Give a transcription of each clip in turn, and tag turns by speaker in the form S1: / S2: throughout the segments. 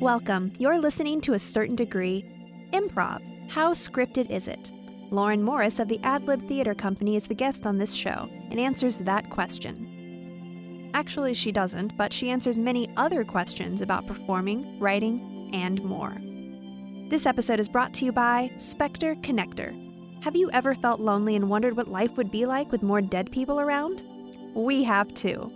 S1: Welcome. You're listening to A Certain Degree Improv. How scripted is it? Lauren Morris of the Adlib Theater Company is the guest on this show and answers that question. Actually, she doesn't, but she answers many other questions about performing, writing, and more. This episode is brought to you by Spectre Connector. Have you ever felt lonely and wondered what life would be like with more dead people around? We have too.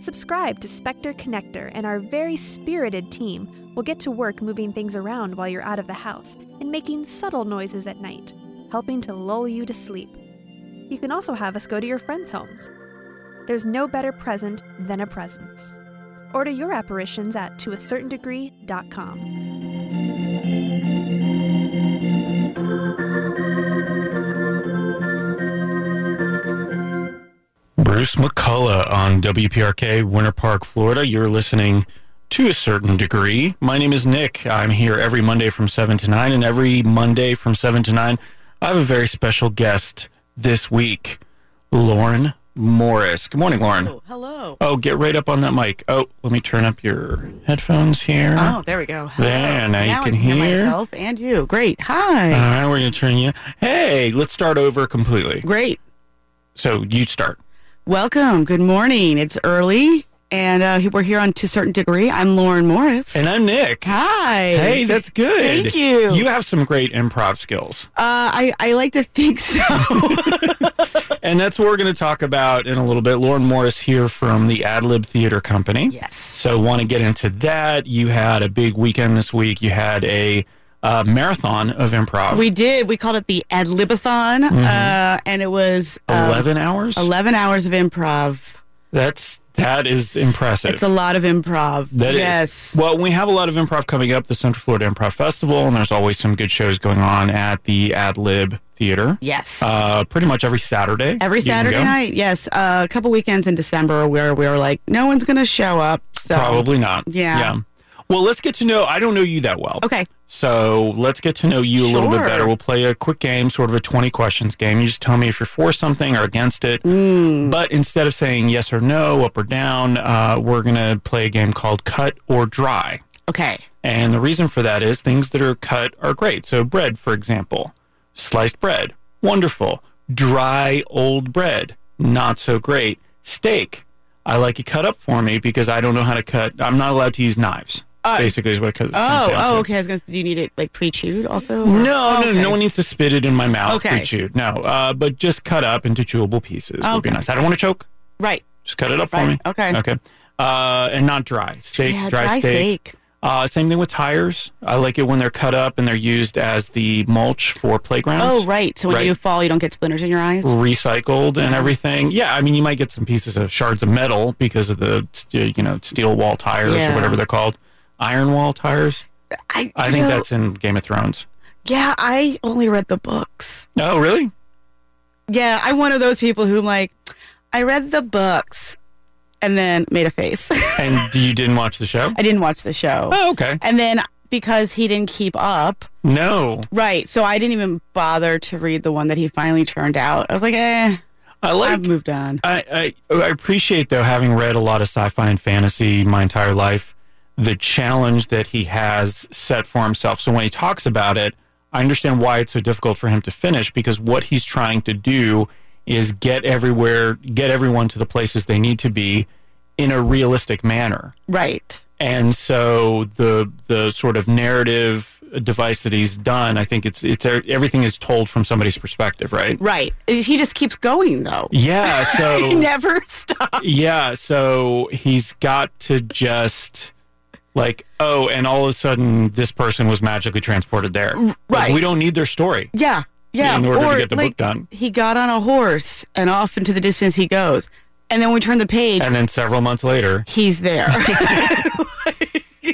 S1: Subscribe to Spectre Connector, and our very spirited team will get to work moving things around while you're out of the house and making subtle noises at night, helping to lull you to sleep. You can also have us go to your friends' homes. There's no better present than a presence. Order your apparitions at toacertaindegree.com.
S2: Bruce McCullough on WPRK, Winter Park, Florida. You're listening to a certain degree. My name is Nick. I'm here every Monday from 7 to 9, and every Monday from 7 to 9, I have a very special guest this week, Lauren Morris. Good morning, Lauren.
S3: Oh, hello.
S2: Oh, get right up on that mic. Oh, let me turn up your headphones here.
S3: Oh, there we go. Hello.
S2: There, now you
S3: I
S2: can hear. Uh,
S3: myself and you. Great.
S2: All
S3: Hi.
S2: right, we're going to turn you. Hey, let's start over completely.
S3: Great.
S2: So you start.
S3: Welcome. Good morning. It's early, and uh, we're here on to a certain degree. I'm Lauren Morris.
S2: And I'm Nick.
S3: Hi.
S2: Hey, that's good.
S3: Thank you.
S2: You have some great improv skills.
S3: Uh, I I like to think so.
S2: And that's what we're going to talk about in a little bit. Lauren Morris here from the Adlib Theater Company.
S3: yes.
S2: So, want to get into that. You had a big weekend this week. You had a uh, marathon of improv.
S3: We did. We called it the Ad Libathon,
S2: Mm-hmm.
S3: uh, and it was um,
S2: 11 hours?
S3: 11 hours of improv.
S2: That's that is impressive.
S3: It's a lot of improv.
S2: That is-
S3: yes.
S2: Well, we have a lot of improv coming up, the Central Florida Improv Festival, and there's always some good shows going on at the Adlib Theater.
S3: Yes.
S2: Uh, pretty much every Saturday.
S3: Every
S2: you can
S3: Saturday
S2: go.
S3: night, yes. Uh, a couple weekends in December where we were like, no one's going to show up. So
S2: Probably not.
S3: Yeah.
S2: Well, let's get to know. I don't know you that well.
S3: Okay.
S2: So let's get to know you a little bit
S3: Sure.
S2: better. We'll play a quick game, sort of a 20 questions game. You just tell me if you're for something or against it.
S3: Mm.
S2: But instead of saying yes or no, up or down, uh, we're going to play a game called cut or dry.
S3: Okay.
S2: And the reason for that is things that are cut are great. So, bread, for example, sliced bread, wonderful. Dry old bread, not so great. Steak, I like it cut up for me because I don't know how to cut. I'm not allowed to use knives,
S3: Uh,
S2: basically, is what it co- comes
S3: Oh,
S2: down
S3: oh,
S2: to.
S3: okay. I was gonna. Do you need it like pre-chewed also?
S2: No,
S3: or-
S2: no,
S3: okay.
S2: no one needs to spit it in my mouth
S3: Okay.
S2: pre-chewed. No, uh, but just cut up into chewable pieces would be
S3: Okay.
S2: nice. I don't want to choke.
S3: Right.
S2: Just cut it up for
S3: Right.
S2: me.
S3: Okay.
S2: Okay. Uh, and not dry steak,
S3: yeah,
S2: dry, steak.
S3: steak.
S2: Uh, same thing with tires. I like it when they're cut up and they're used as the mulch for playgrounds.
S3: Oh, right. So when
S2: Right.
S3: you fall, you don't get splinters in your eyes.
S2: Recycled and everything. Yeah, I mean, you might get some pieces of shards of metal because of the st- you know steel wall tires or
S3: Yeah.
S2: whatever they're called, iron wall tires. I
S3: you
S2: think
S3: know,
S2: that's in Game of Thrones.
S3: Yeah, I only read the books.
S2: Oh, really?
S3: Yeah, I'm one of those people who like, I read the books, and then made a face.
S2: And you didn't watch the show?
S3: I didn't watch the show,
S2: Oh, okay.
S3: and then because he didn't keep up,
S2: No,
S3: right? So I didn't even bother to read the one that he finally turned out. I was like, eh,
S2: I like.
S3: I've moved on.
S2: I, I I appreciate though having read a lot of sci-fi and fantasy my entire life, the challenge that he has set for himself. So when he talks about it, I understand why it's so difficult for him to finish because what he's trying to do is get everywhere, get everyone to the places they need to be in a realistic manner
S3: Right.
S2: and so the the sort of narrative device that he's done i think it's it's everything is told from somebody's perspective right
S3: Right. He just keeps going though.
S2: yeah so
S3: He never stops.
S2: yeah so he's got to just like oh and all of a sudden this person was magically transported there right
S3: right.
S2: we don't need their story
S3: Yeah. Yeah.
S2: in order
S3: or
S2: to get the book
S3: like
S2: done
S3: he got on a horse and off into the distance he goes. And then we turn the page,
S2: and then several months later
S3: he's there.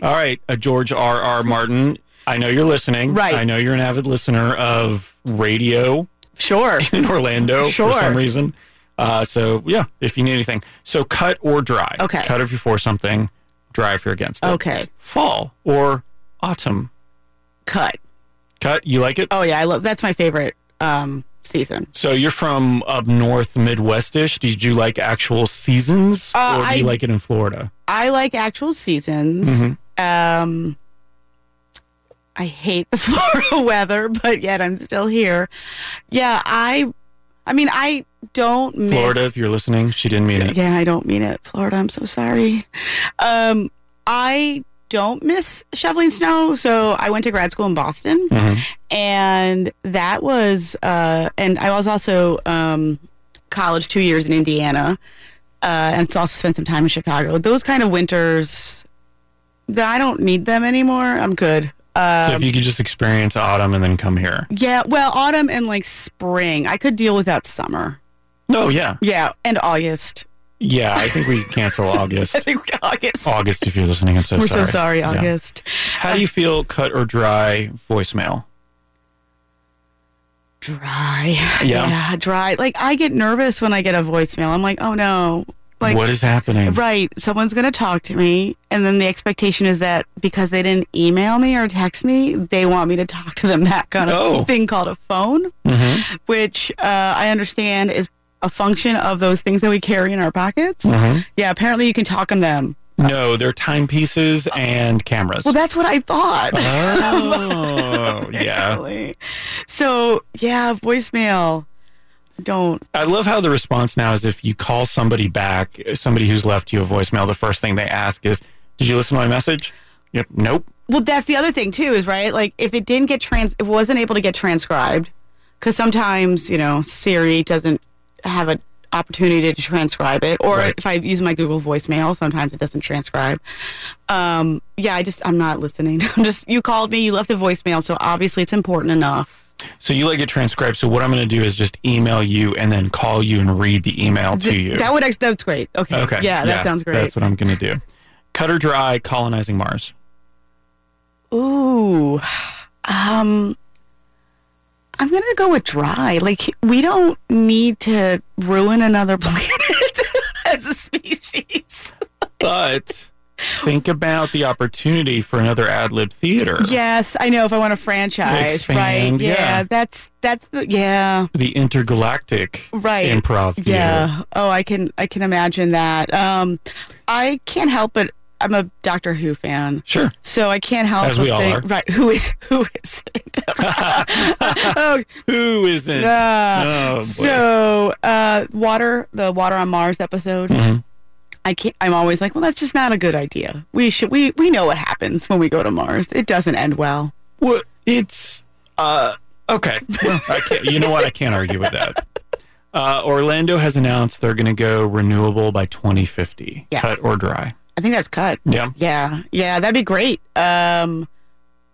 S2: all right uh, george r r martin i know you're listening
S3: Right.
S2: i know you're an avid listener of radio
S3: sure.
S2: in Orlando
S3: Sure.
S2: for some reason. Uh, so yeah, if you need anything, so cut or dry.
S3: Okay.
S2: Cut if you're for something, dry if you're against it.
S3: Okay.
S2: Fall or autumn.
S3: Cut.
S2: Cut. You like it?
S3: Oh yeah, I love that's my favorite um season.
S2: So you're from up north, Midwestish. Did you like actual seasons,
S3: Uh,
S2: or do you
S3: I-
S2: like it in Florida?
S3: I like actual seasons. Um I hate the Florida weather, but yet I'm still here. Yeah, I, I mean, I don't miss
S2: Florida, if you're listening, she didn't mean it.
S3: Again, I don't mean it, Florida. I'm so sorry. Um, I don't miss shoveling snow. So I went to grad school in Boston,
S2: Mhm.
S3: and that was, uh, and I was also um, college two years in Indiana, uh, and so also spent some time in Chicago. Those kind of winters, th- I don't need them anymore. I'm good. Uh,
S2: So if you could just experience autumn and then come here.
S3: yeah, well, autumn and like spring, I could deal without summer.
S2: No, yeah.
S3: Yeah, and August.
S2: Yeah, I think we cancel August.
S3: I think August.
S2: August, if you're listening, Oh, I'm so
S3: We're
S2: sorry.
S3: so sorry,
S2: Yeah.
S3: August.
S2: How do you feel cut or dry voicemail?
S3: dry.
S2: Yeah.
S3: dry. Like I get nervous when I get a voicemail. I'm like, oh no. Like
S2: what is happening?
S3: right, someone's gonna talk to me and then the expectation is that because they didn't email me or text me, they want me to talk to them back on a
S2: Oh.
S3: thing called a phone,
S2: Mm-hmm.
S3: which uh, I understand is a function of those things that we carry in our pockets.
S2: Mm-hmm.
S3: Yeah, apparently you can talk on them.
S2: No, they're timepieces and cameras.
S3: Well, that's what I thought.
S2: oh, yeah.
S3: Apparently. So yeah, voicemail. Don't
S2: I love how the response now is if you call somebody back, somebody who's left you a voicemail, the first thing they ask is, Did you listen to my message? Yep. Nope.
S3: Well, that's the other thing too, is right. Like if it didn't get trans, if it wasn't able to get transcribed, because sometimes you know Siri doesn't have an opportunity to transcribe it, or
S2: Right.
S3: if I use my Google voicemail, sometimes it doesn't transcribe. Um, yeah, I just I'm not listening. I'm just you called me, you left a voicemail, so obviously it's important enough.
S2: So you like it transcribed. So what I'm going to do is just email you and then call you and read the email to you.
S3: That would actually that's great. Okay,
S2: okay.
S3: yeah, that sounds great.
S2: That's what I'm going to do. Cut or dry colonizing Mars.
S3: Ooh. Um I'm going to go with dry. Like we don't need to ruin another planet as a species.
S2: But think about the opportunity for another ad lib theater.
S3: Yes, I know if I want a franchise,
S2: Expand,
S3: right?
S2: yeah.
S3: that's that's the yeah,
S2: The intergalactic
S3: right.
S2: improv theater.
S3: yeah. Oh, I can I can imagine that. Um I can't help it. I'm a Doctor Who fan.
S2: Sure.
S3: So I can't help
S2: As
S3: but
S2: we all
S3: think-
S2: are.
S3: right. Who is who is it? oh,
S2: Who isn't?
S3: Yeah.
S2: Oh, boy.
S3: So, uh, water, the water on Mars episode.
S2: Mhm.
S3: I can't, I'm always like, well, that's just not a good idea. We should, we, we know what happens when we go to Mars. It doesn't end well.
S2: Well, it's uh okay. Well, I can't, you know what? I can't argue with that. Uh, Orlando has announced they're going to go renewable by 2050,
S3: Yes.
S2: cut or dry.
S3: I think that's cut.
S2: Yeah.
S3: Yeah. Yeah. That'd be great. Um,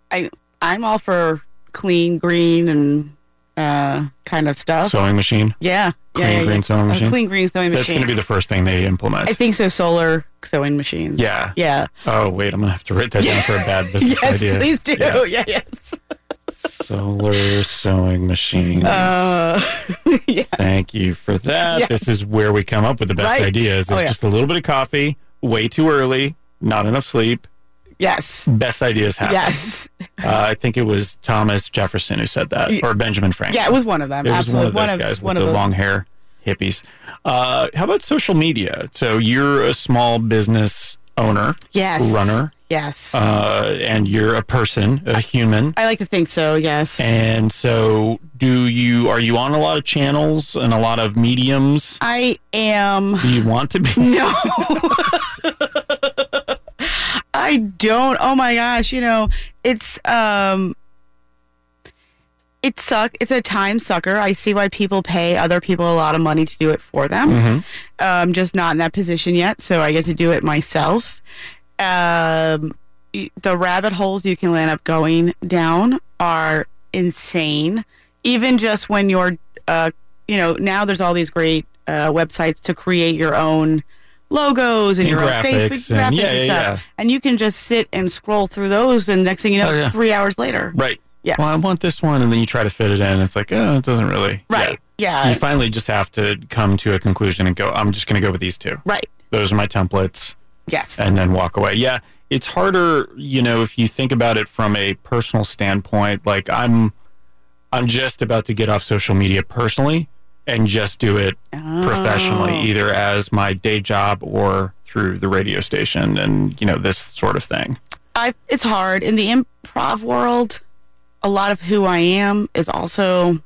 S3: I, I'm all for clean, green, and, uh, kind of stuff.
S2: Sewing machine,
S3: yeah.
S2: clean
S3: yeah, yeah,
S2: green
S3: yeah.
S2: sewing
S3: A
S2: machine.
S3: clean green sewing
S2: That's
S3: machine.
S2: going to be the first thing they implement.
S3: I think so. Solar sewing machines.
S2: yeah.
S3: Yeah.
S2: Oh wait, I'm going to have to write that down for a bad business
S3: Yes,
S2: idea.
S3: please do.
S2: Yeah.
S3: yeah yes.
S2: Solar sewing machines.
S3: Uh, yeah.
S2: Thank you for that.
S3: Yeah.
S2: This is where we come up with the best
S3: Right.
S2: ideas. It's
S3: Oh, yeah.
S2: just a little bit of coffee, way too early, not enough sleep.
S3: Yes.
S2: Best ideas happen.
S3: Yes.
S2: Uh, I think it was Thomas Jefferson who said that,
S3: Ye-
S2: or Benjamin Franklin.
S3: Yeah, it was one of them.
S2: It was
S3: Absolutely.
S2: one of those guys with the long hair hippies. Uh, how about social media? So you're a small business owner,
S3: yes.
S2: runner,
S3: Yes.
S2: uh, and you're a person, a human.
S3: I like to think so, yes.
S2: And so, do you are you on a lot of channels and a lot of mediums?
S3: I am
S2: Do you want to be?
S3: no. I don't. Oh my gosh, you know, it's um it suck it's a time sucker. I see why people pay other people a lot of money to do it for them.
S2: Mhm.
S3: I'm um, just not in that position yet, so I get to do it myself. Um, y- the rabbit holes you can end up going down are insane. Even just when you're, uh, you know, now there's all these great uh, websites to create your own logos and,
S2: And
S3: your own
S2: graphics
S3: Facebook
S2: and-
S3: graphics
S2: yeah,
S3: and
S2: yeah,
S3: stuff,
S2: yeah.
S3: and you can just sit and scroll through those, and next thing you know,
S2: Oh,
S3: it's
S2: yeah.
S3: three hours later.
S2: Right.
S3: Yeah.
S2: Well, I want this one, and then you try to fit it in. It's like, oh, it doesn't really. Yeah.
S3: Right? Yeah.
S2: you finally just have to come to a conclusion and go i'm just going to go with these two
S3: Right.
S2: those are my templates
S3: Yes.
S2: and then walk away yeah it's harder you know if you think about it from a personal standpoint like i'm i'm just about to get off social media personally and just do it professionally
S3: Oh.
S2: either as my day job or through the radio station and you know this sort of thing
S3: I, it's hard in the improv improv world, a lot of who I am is also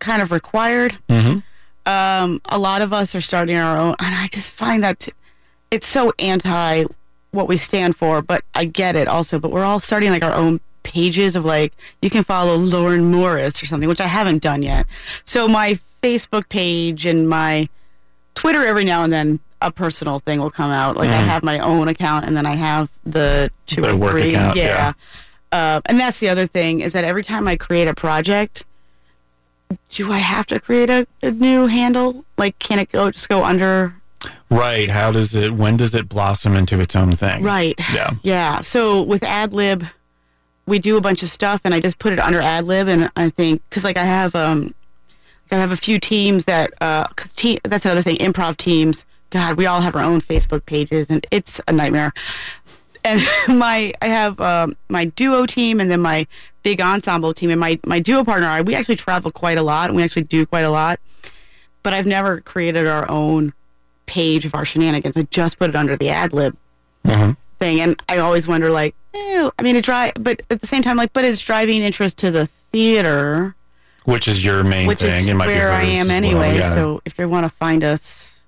S3: kind of required.
S2: hmm
S3: Um, a lot of us are starting our own, and I just find that t- it's so anti what we stand for. But I get it also. But we're all starting like our own pages of like you can follow Lauren Morris or something, which I haven't done yet. So my Facebook page and my Twitter every now and then a personal thing will come out. Like I
S2: Mhm.
S3: have my own account and then I have the two
S2: The
S3: or
S2: work
S3: three.
S2: account,
S3: yeah. Uh, and that's the other thing is that every time I create a project, do I have to create a, a new handle? Like, can it go just go under?
S2: Right. How does it? When does it blossom into its own thing?
S3: Right.
S2: Yeah.
S3: Yeah. So with AdLib, we do a bunch of stuff, and I just put it under AdLib, and I think because like I have um, I have a few teams that uh, cause te- that's another thing, improv teams. God, we all have our own Facebook pages, and it's a nightmare. And my I have um, my duo team, and then my big ensemble team, and my my duo partner. I we actually travel quite a lot, and we actually do quite a lot. But I've never created our own page of our shenanigans. I just put it under the AdLib
S2: Mhm.
S3: thing and i always wonder like eh, i mean it drive but at the same time like but it's driving interest to the theater
S2: Which is your main
S3: which
S2: thing.
S3: is
S2: it might be
S3: where i
S2: hers
S3: am
S2: as well,
S3: anyway
S2: yeah.
S3: so if you want to find us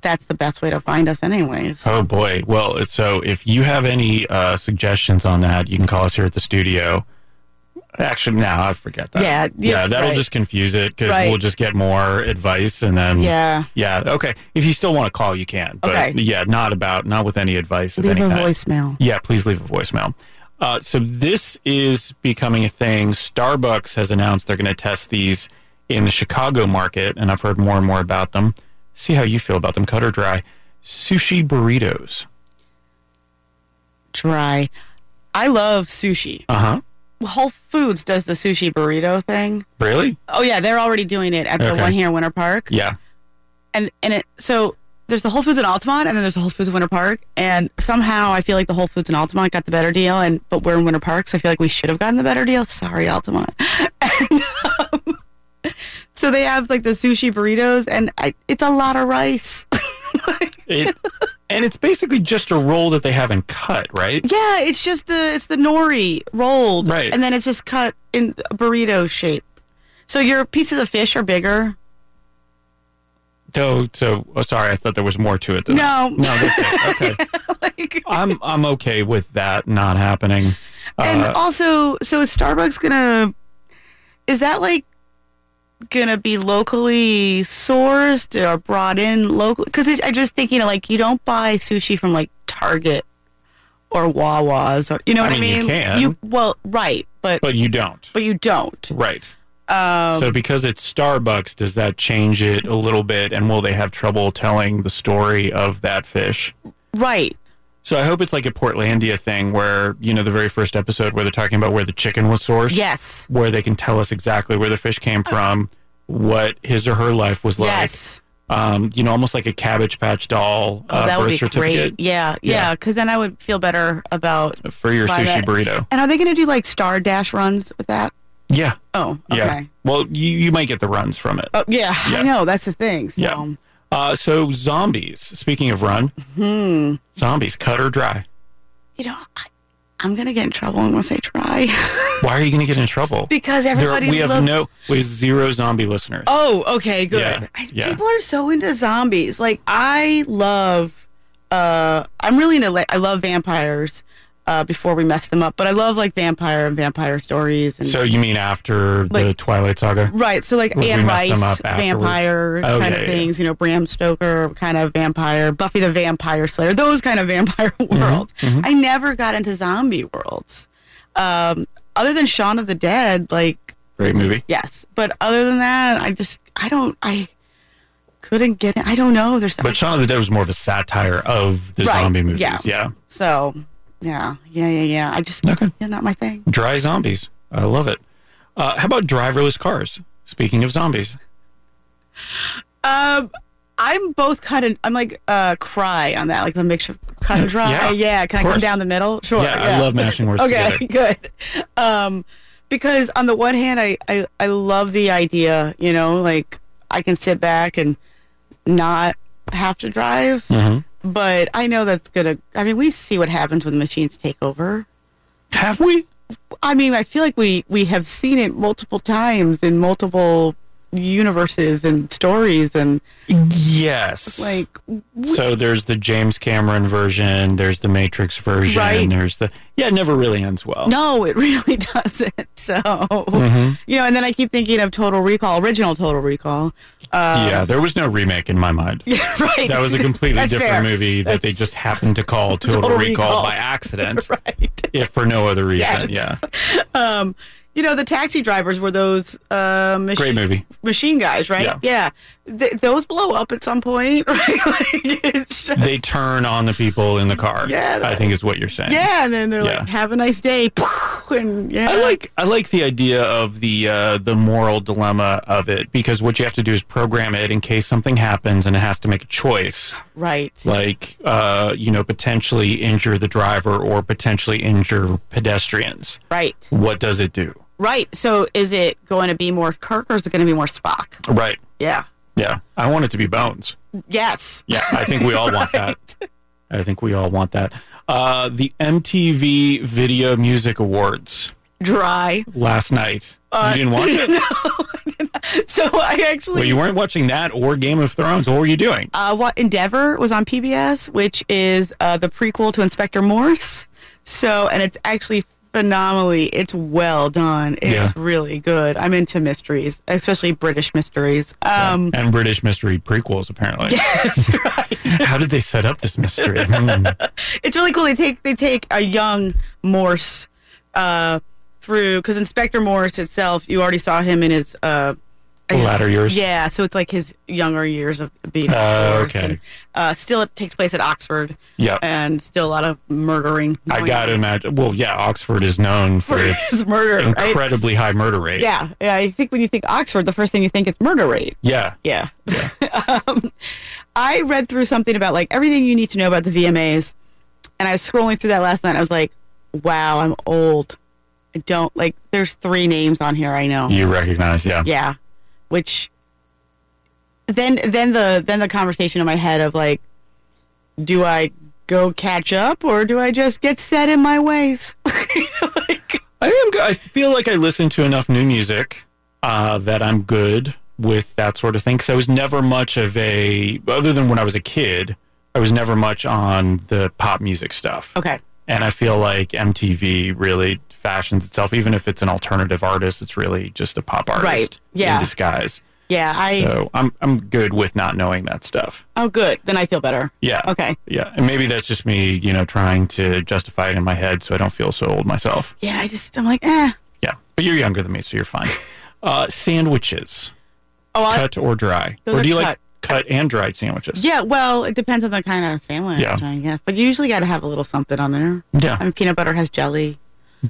S3: that's the best way to find us anyways
S2: Oh boy. Well, if- so if you have any uh, suggestions on that, you can call us here at the studio. Actually, now I forget that.
S3: yeah
S2: Yeah, that'll
S3: right.
S2: just confuse it because
S3: Right.
S2: we'll just get more advice and then.
S3: yeah
S2: Yeah, Okay. If you still want to call, you can. But
S3: Okay.
S2: yeah, not about not with any advice of
S3: leave
S2: any
S3: a
S2: kind.
S3: voicemail
S2: Yeah, please leave a voicemail. Uh, so this is becoming a thing. Starbucks has announced they're going to test these in the Chicago market, and I've heard more and more about them. See how you feel about them, cut or dry. Sushi burritos.
S3: try i love sushi
S2: Uh huh.
S3: whole foods does the sushi burrito thing
S2: Really?
S3: oh yeah they're already doing it at the
S2: Okay.
S3: one here in winter park
S2: Yeah.
S3: and and it so there's the Whole Foods in Altamont and then there's the Whole Foods in Winter Park and somehow I feel like the Whole Foods in Altamont got the better deal and but we're in Winter Park so I feel like we should have gotten the better deal. Sorry Altamont. And, um, so they have like the sushi burritos and I, it's a lot of rice.
S2: It, and it's basically just a roll that they haven't cut, right?
S3: yeah, it's just the it's the nori rolled
S2: Right.
S3: and then it's just cut in a burrito shape. So your pieces of fish are bigger.
S2: So, so oh, sorry, I thought there was more to it. Than That.
S3: No.
S2: No, that's it. Okay.
S3: like
S2: I'm I'm okay with that not happening.
S3: And
S2: Uh,
S3: also, so is Starbucks gonna? Is that like gonna be locally sourced or brought in locally? Because I'm just thinking like you don't buy sushi from like Target or Wawa's or you know
S2: I
S3: what I
S2: mean,
S3: mean?
S2: you can.
S3: well right, but but,
S2: but you don't.
S3: you don't.
S2: Right.
S3: Um,
S2: So because it's Starbucks, does that change it a little bit? And will they have trouble telling the story of that fish?
S3: right.
S2: So I hope it's like a Portlandia thing where, you know, the very first episode where they're talking about where the chicken was sourced,
S3: Yes.
S2: where they can tell us exactly where the fish came from, what his or her life was like.
S3: Uh-huh. yes.
S2: Um, you know, almost like a Cabbage Patch doll
S3: Oh,
S2: uh,
S3: that would
S2: birth
S3: be
S2: certificate
S3: great. Yeah.
S2: Yeah.
S3: Yeah. Because then I would feel better about.
S2: for your
S3: Buy
S2: sushi
S3: that.
S2: burrito.
S3: And are they gonna do like Star Dash runs with that?
S2: Yeah.
S3: Oh. Okay.
S2: Yeah. Well, you, you might get the runs from it.
S3: Oh yeah,
S2: Yeah.
S3: I know that's the thing. So.
S2: Yeah. Uh, so zombies, speaking of run,
S3: Hmm.
S2: zombies, cut or dry.
S3: You know, I, I'm gonna get in trouble once I try
S2: Why are you going to get in trouble?
S3: because
S2: There-
S3: everybody
S2: we have
S3: loves.
S2: no, we have zero zombie listeners.
S3: oh, okay, good.
S2: Yeah,
S3: I-
S2: yeah.
S3: People are so into zombies. Like I love. Uh, I'm really into. Like, I love vampires. Uh, before we mess them up, but I love like vampire and vampire stories and
S2: So you mean after the
S3: Like-
S2: Twilight Saga?
S3: right. So like
S2: We- we
S3: Anne
S2: messed them
S3: Rice,
S2: up afterwards.
S3: vampire
S2: Oh,
S3: kind
S2: yeah,
S3: of
S2: yeah.
S3: things. You know, Bram Stoker kind of vampire, Buffy the Vampire Slayer, those kind of vampire worlds.
S2: mhm.
S3: I never got into zombie worlds. Um, other than Shaun of the Dead, like
S2: Great movie.
S3: Yes, but other than that, I just I don't I couldn't get it. I don't know. There's
S2: But Shaun of the Dead was more of a satire of the
S3: Right,
S2: zombie movies.
S3: yeah. so yeah yeah yeah yeah. I just
S2: Okay.
S3: yeah, not my thing.
S2: Dry zombies. I love it. Uh, how about driverless cars? Speaking of zombies,
S3: Um, I'm both cut and I'm like uh cry on that like the mixture of cut and dry.
S2: Yeah,
S3: Yeah, can I
S2: of
S3: come
S2: course.
S3: down the middle? Sure.
S2: yeah, I love mashing words
S3: okay,
S2: together.
S3: good. Um, because on the one hand, I, I I love the idea. You know, like I can sit back and not have to drive.
S2: Mhm.
S3: but I know that's gonna. I mean, we see what happens when machines take over.
S2: Have we?
S3: I mean, I feel like we we have seen it multiple times in multiple universes and stories and
S2: Yes.
S3: like
S2: so there's the James Cameron version, there's the Matrix version,
S3: Right.
S2: there's the yeah, it never really ends well.
S3: no, it really doesn't. So
S2: Mhm.
S3: you know, and then I keep thinking of Total Recall, original Total Recall. Uh,
S2: yeah, there was no remake in my mind.
S3: right.
S2: That was a completely
S3: That's
S2: different
S3: fair.
S2: movie that they just happened to call Total,
S3: Total
S2: Recall,
S3: Recall.
S2: by accident,
S3: right.
S2: if for no other reason.
S3: Yes. Um, you know, the taxi drivers were those
S2: Yeah,
S3: uh,
S2: great
S3: machine
S2: movie.
S3: machine guys, right? Yeah, Th- those blow up at some point, right? like, it's just,
S2: They turn on the people in the car.
S3: Yeah,
S2: I think is what you're saying.
S3: yeah, and then they're like,
S2: Yeah.
S3: "Have a nice day," and yeah,
S2: I like I like the idea of the uh, the moral dilemma of it because what you have to do is program it in case something happens and it has to make a choice.
S3: right,
S2: like uh, you know potentially injure the driver or potentially injure pedestrians
S3: right,
S2: what does it do
S3: right. So, is it going to be more Kirk or is it going to be more Spock?
S2: right
S3: Yeah.
S2: yeah i want it to be bones
S3: Yes.
S2: yeah i think we all want that i think we all want that uh, the mtv video music awards
S3: Dry.
S2: last night
S3: Uh,
S2: you didn't watch it
S3: So I actually
S2: well you weren't watching that or game of thrones what were you doing
S3: uh, what Endeavor was on PBS, which is uh, the prequel to Inspector Morse. So, and it's actually phenomenally, it's well done. It's
S2: Yeah.
S3: really good. I'm into mysteries, especially British mysteries. Um,
S2: and british mystery prequels apparently
S3: yes, right.
S2: how did they set up this mystery Hmm.
S3: It's really cool. They take they take a young Morse uh, through because Inspector Morse itself, you already saw him in his. Uh, his-
S2: latter years
S3: Yeah, so it's like his younger years of being. a
S2: Oh,
S3: Morse,
S2: okay.
S3: and, uh, still, it takes place at Oxford.
S2: yeah
S3: and still a lot of murdering.
S2: I
S3: going
S2: got to
S3: on
S2: imagine. Well, yeah, Oxford is known for
S3: for
S2: its
S3: his murder. Right?
S2: incredibly high murder rate.
S3: Yeah, yeah. I think when you think Oxford, the first thing you think is murder rate.
S2: Yeah.
S3: Yeah. um, I read through something about like everything you need to know about the VMAs, and I was scrolling through that last night. I was like, wow, I'm old. I don't like. There's three names on here I know.
S2: You recognize, yeah.
S3: yeah which then then the then the conversation in my head of like do i go catch up or do i just get set in my ways
S2: I am. go- I feel like I listen to enough new music uh, that I'm good with that sort of thing. Because I was never much of a, other than when I was a kid, I was never much on the pop music stuff.
S3: okay
S2: And I feel like MTV really fashions itself, even if it's an alternative artist, it's really just a pop artist
S3: Right, yeah.
S2: in disguise.
S3: yeah i
S2: so I'm I'm good with not knowing that stuff.
S3: oh good then i feel better
S2: Yeah.
S3: okay
S2: Yeah, and maybe that's just me, you know, trying to justify it in my head so I don't feel so old myself.
S3: yeah i just i'm like eh
S2: Yeah, but you're younger than me, so you're fine. Uh, sandwiches,
S3: oh I,
S2: cut or dry,
S3: Those
S2: or
S3: are
S2: do you like cut
S3: cut.
S2: and dried sandwiches?
S3: yeah well it depends on the kind of sandwich
S2: Yeah.
S3: i guess but you usually got to have a little something on there i
S2: Yeah,
S3: mean peanut butter has jelly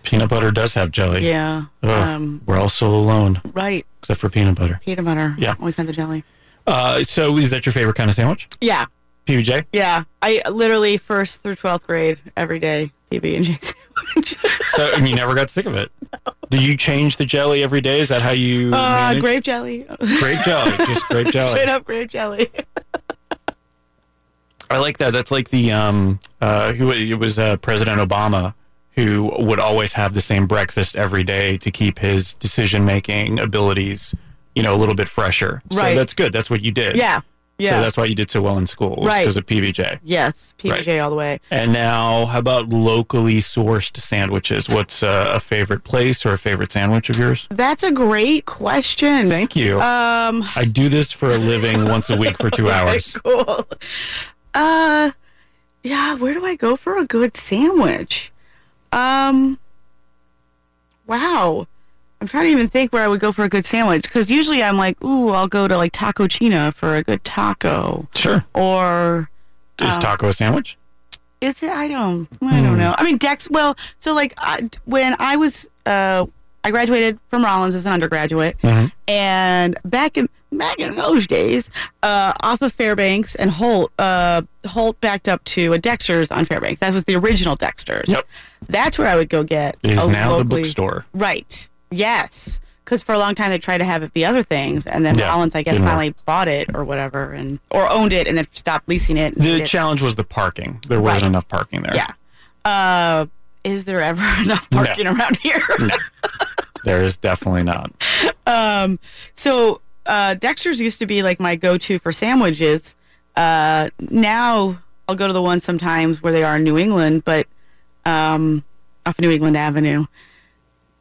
S2: peanut butter does have jelly.
S3: yeah
S2: Ugh,
S3: um
S2: we're all so alone
S3: right
S2: except for peanut butter.
S3: peanut butter
S2: Yeah.
S3: always have the jelly
S2: Uh, so is that your favorite kind of sandwich?
S3: yeah
S2: PBJ.
S3: Yeah, I literally first through twelfth grade every day PB and J sandwich.
S2: So and you never got sick of it. Do you change the jelly every day? Is that how you
S3: Uh,
S2: manage?
S3: grape jelly,
S2: grape jelly? Just grape jelly.
S3: straight up grape jelly.
S2: I like that. That's like the um uh who it was uh, President Obama who would always have the same breakfast every day to keep his decision making abilities, you know, a little bit fresher. So
S3: Right.
S2: that's good. That's what you did.
S3: Yeah,
S2: So
S3: yeah,
S2: that's why you did so well in school
S3: Right.
S2: because of PBJ.
S3: yes, PB and J all the way.
S2: And now, how about locally sourced sandwiches? What's uh, a favorite place or a favorite sandwich of yours?
S3: That's a great question.
S2: Thank you.
S3: Um,
S2: I do this for a living once a week for 2 hours.
S3: cool. Uh, yeah, where do I go for a good sandwich? Um, wow. I'm trying to even think where I would go for a good sandwich because usually I'm like, ooh, I'll go to like Taco Chino for a good taco.
S2: Sure.
S3: or Oh.
S2: Is taco a sandwich?
S3: is it? I don't. I
S2: Hmm.
S3: don't know. I mean, Dex. Well, so like I, when I was, uh, I graduated from Rollins as an undergraduate,
S2: Mhm.
S3: and back in back in those days, uh, off of Fairbanks and Holt, uh, Holt backed up to a Dexter's on Fairbanks. That was the original Dexter's.
S2: Yep.
S3: That's where I would go get.
S2: It is
S3: a
S2: now
S3: Oh, locally-
S2: the bookstore.
S3: Right. Yes. Because for a long time they tried to have it be other things, and then
S2: Yeah.
S3: Rollins, I guess,
S2: Didn't work.
S3: finally bought it or whatever, and or owned it, and then stopped leasing it. and made
S2: The
S3: it-
S2: challenge was the parking. There wasn't
S3: Right.
S2: enough parking there.
S3: Yeah. Uh, is there ever enough parking around here?
S2: There is definitely not.
S3: um, so uh, Dexter's used to be like my go-to for sandwiches. Uh, now I'll go to the one sometimes where they are in New England, but um, off New England Avenue.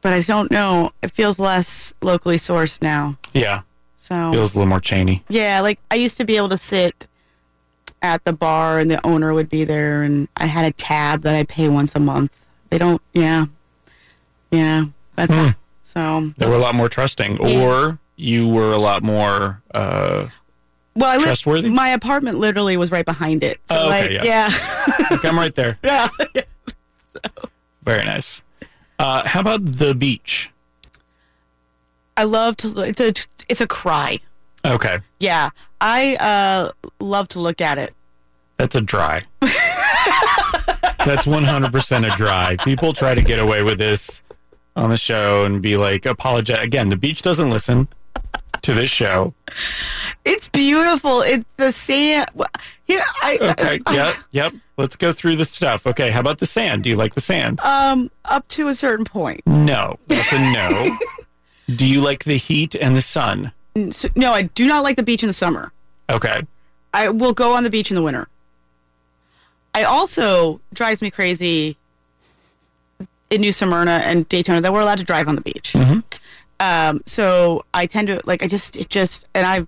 S3: But I don't know. It feels less locally sourced now.
S2: Yeah,
S3: So
S2: feels a little more chainy.
S3: yeah, like I used to be able to sit at the bar and the owner would be there, and I had a tab that I pay once a month. They don't. Yeah, yeah. That's
S2: Hmm.
S3: so.
S2: They were a lot more trusting,
S3: Yeah.
S2: or you were a lot more. Uh,
S3: Well, I lived,
S2: Trustworthy?
S3: my apartment literally was right behind it. So
S2: Oh, okay,
S3: like, yeah.
S2: like, I'm right there.
S3: Yeah.
S2: Very nice. Uh, how about the beach?
S3: I love to it's a it's a cry.
S2: Okay,
S3: Yeah. I uh love to look at it.
S2: that's a dry. that's 100% a dry. People try to get away with this on the show and be like, apologize. Again, the beach doesn't listen to this show.
S3: It's beautiful. It's the sand well, here I
S2: Okay, yep, yep. Let's go through the stuff. Okay, how about the sand? Do you like the sand?
S3: um up to a certain point.
S2: No, that's a no. Do you like the heat and the sun?
S3: N- so- no, I do not like the beach in the summer.
S2: Okay.
S3: I will go on the beach in the winter. I also drives me crazy in New Smyrna and Daytona that we're allowed to drive on the beach.
S2: Mhm.
S3: Um, so I tend to like I just it just and I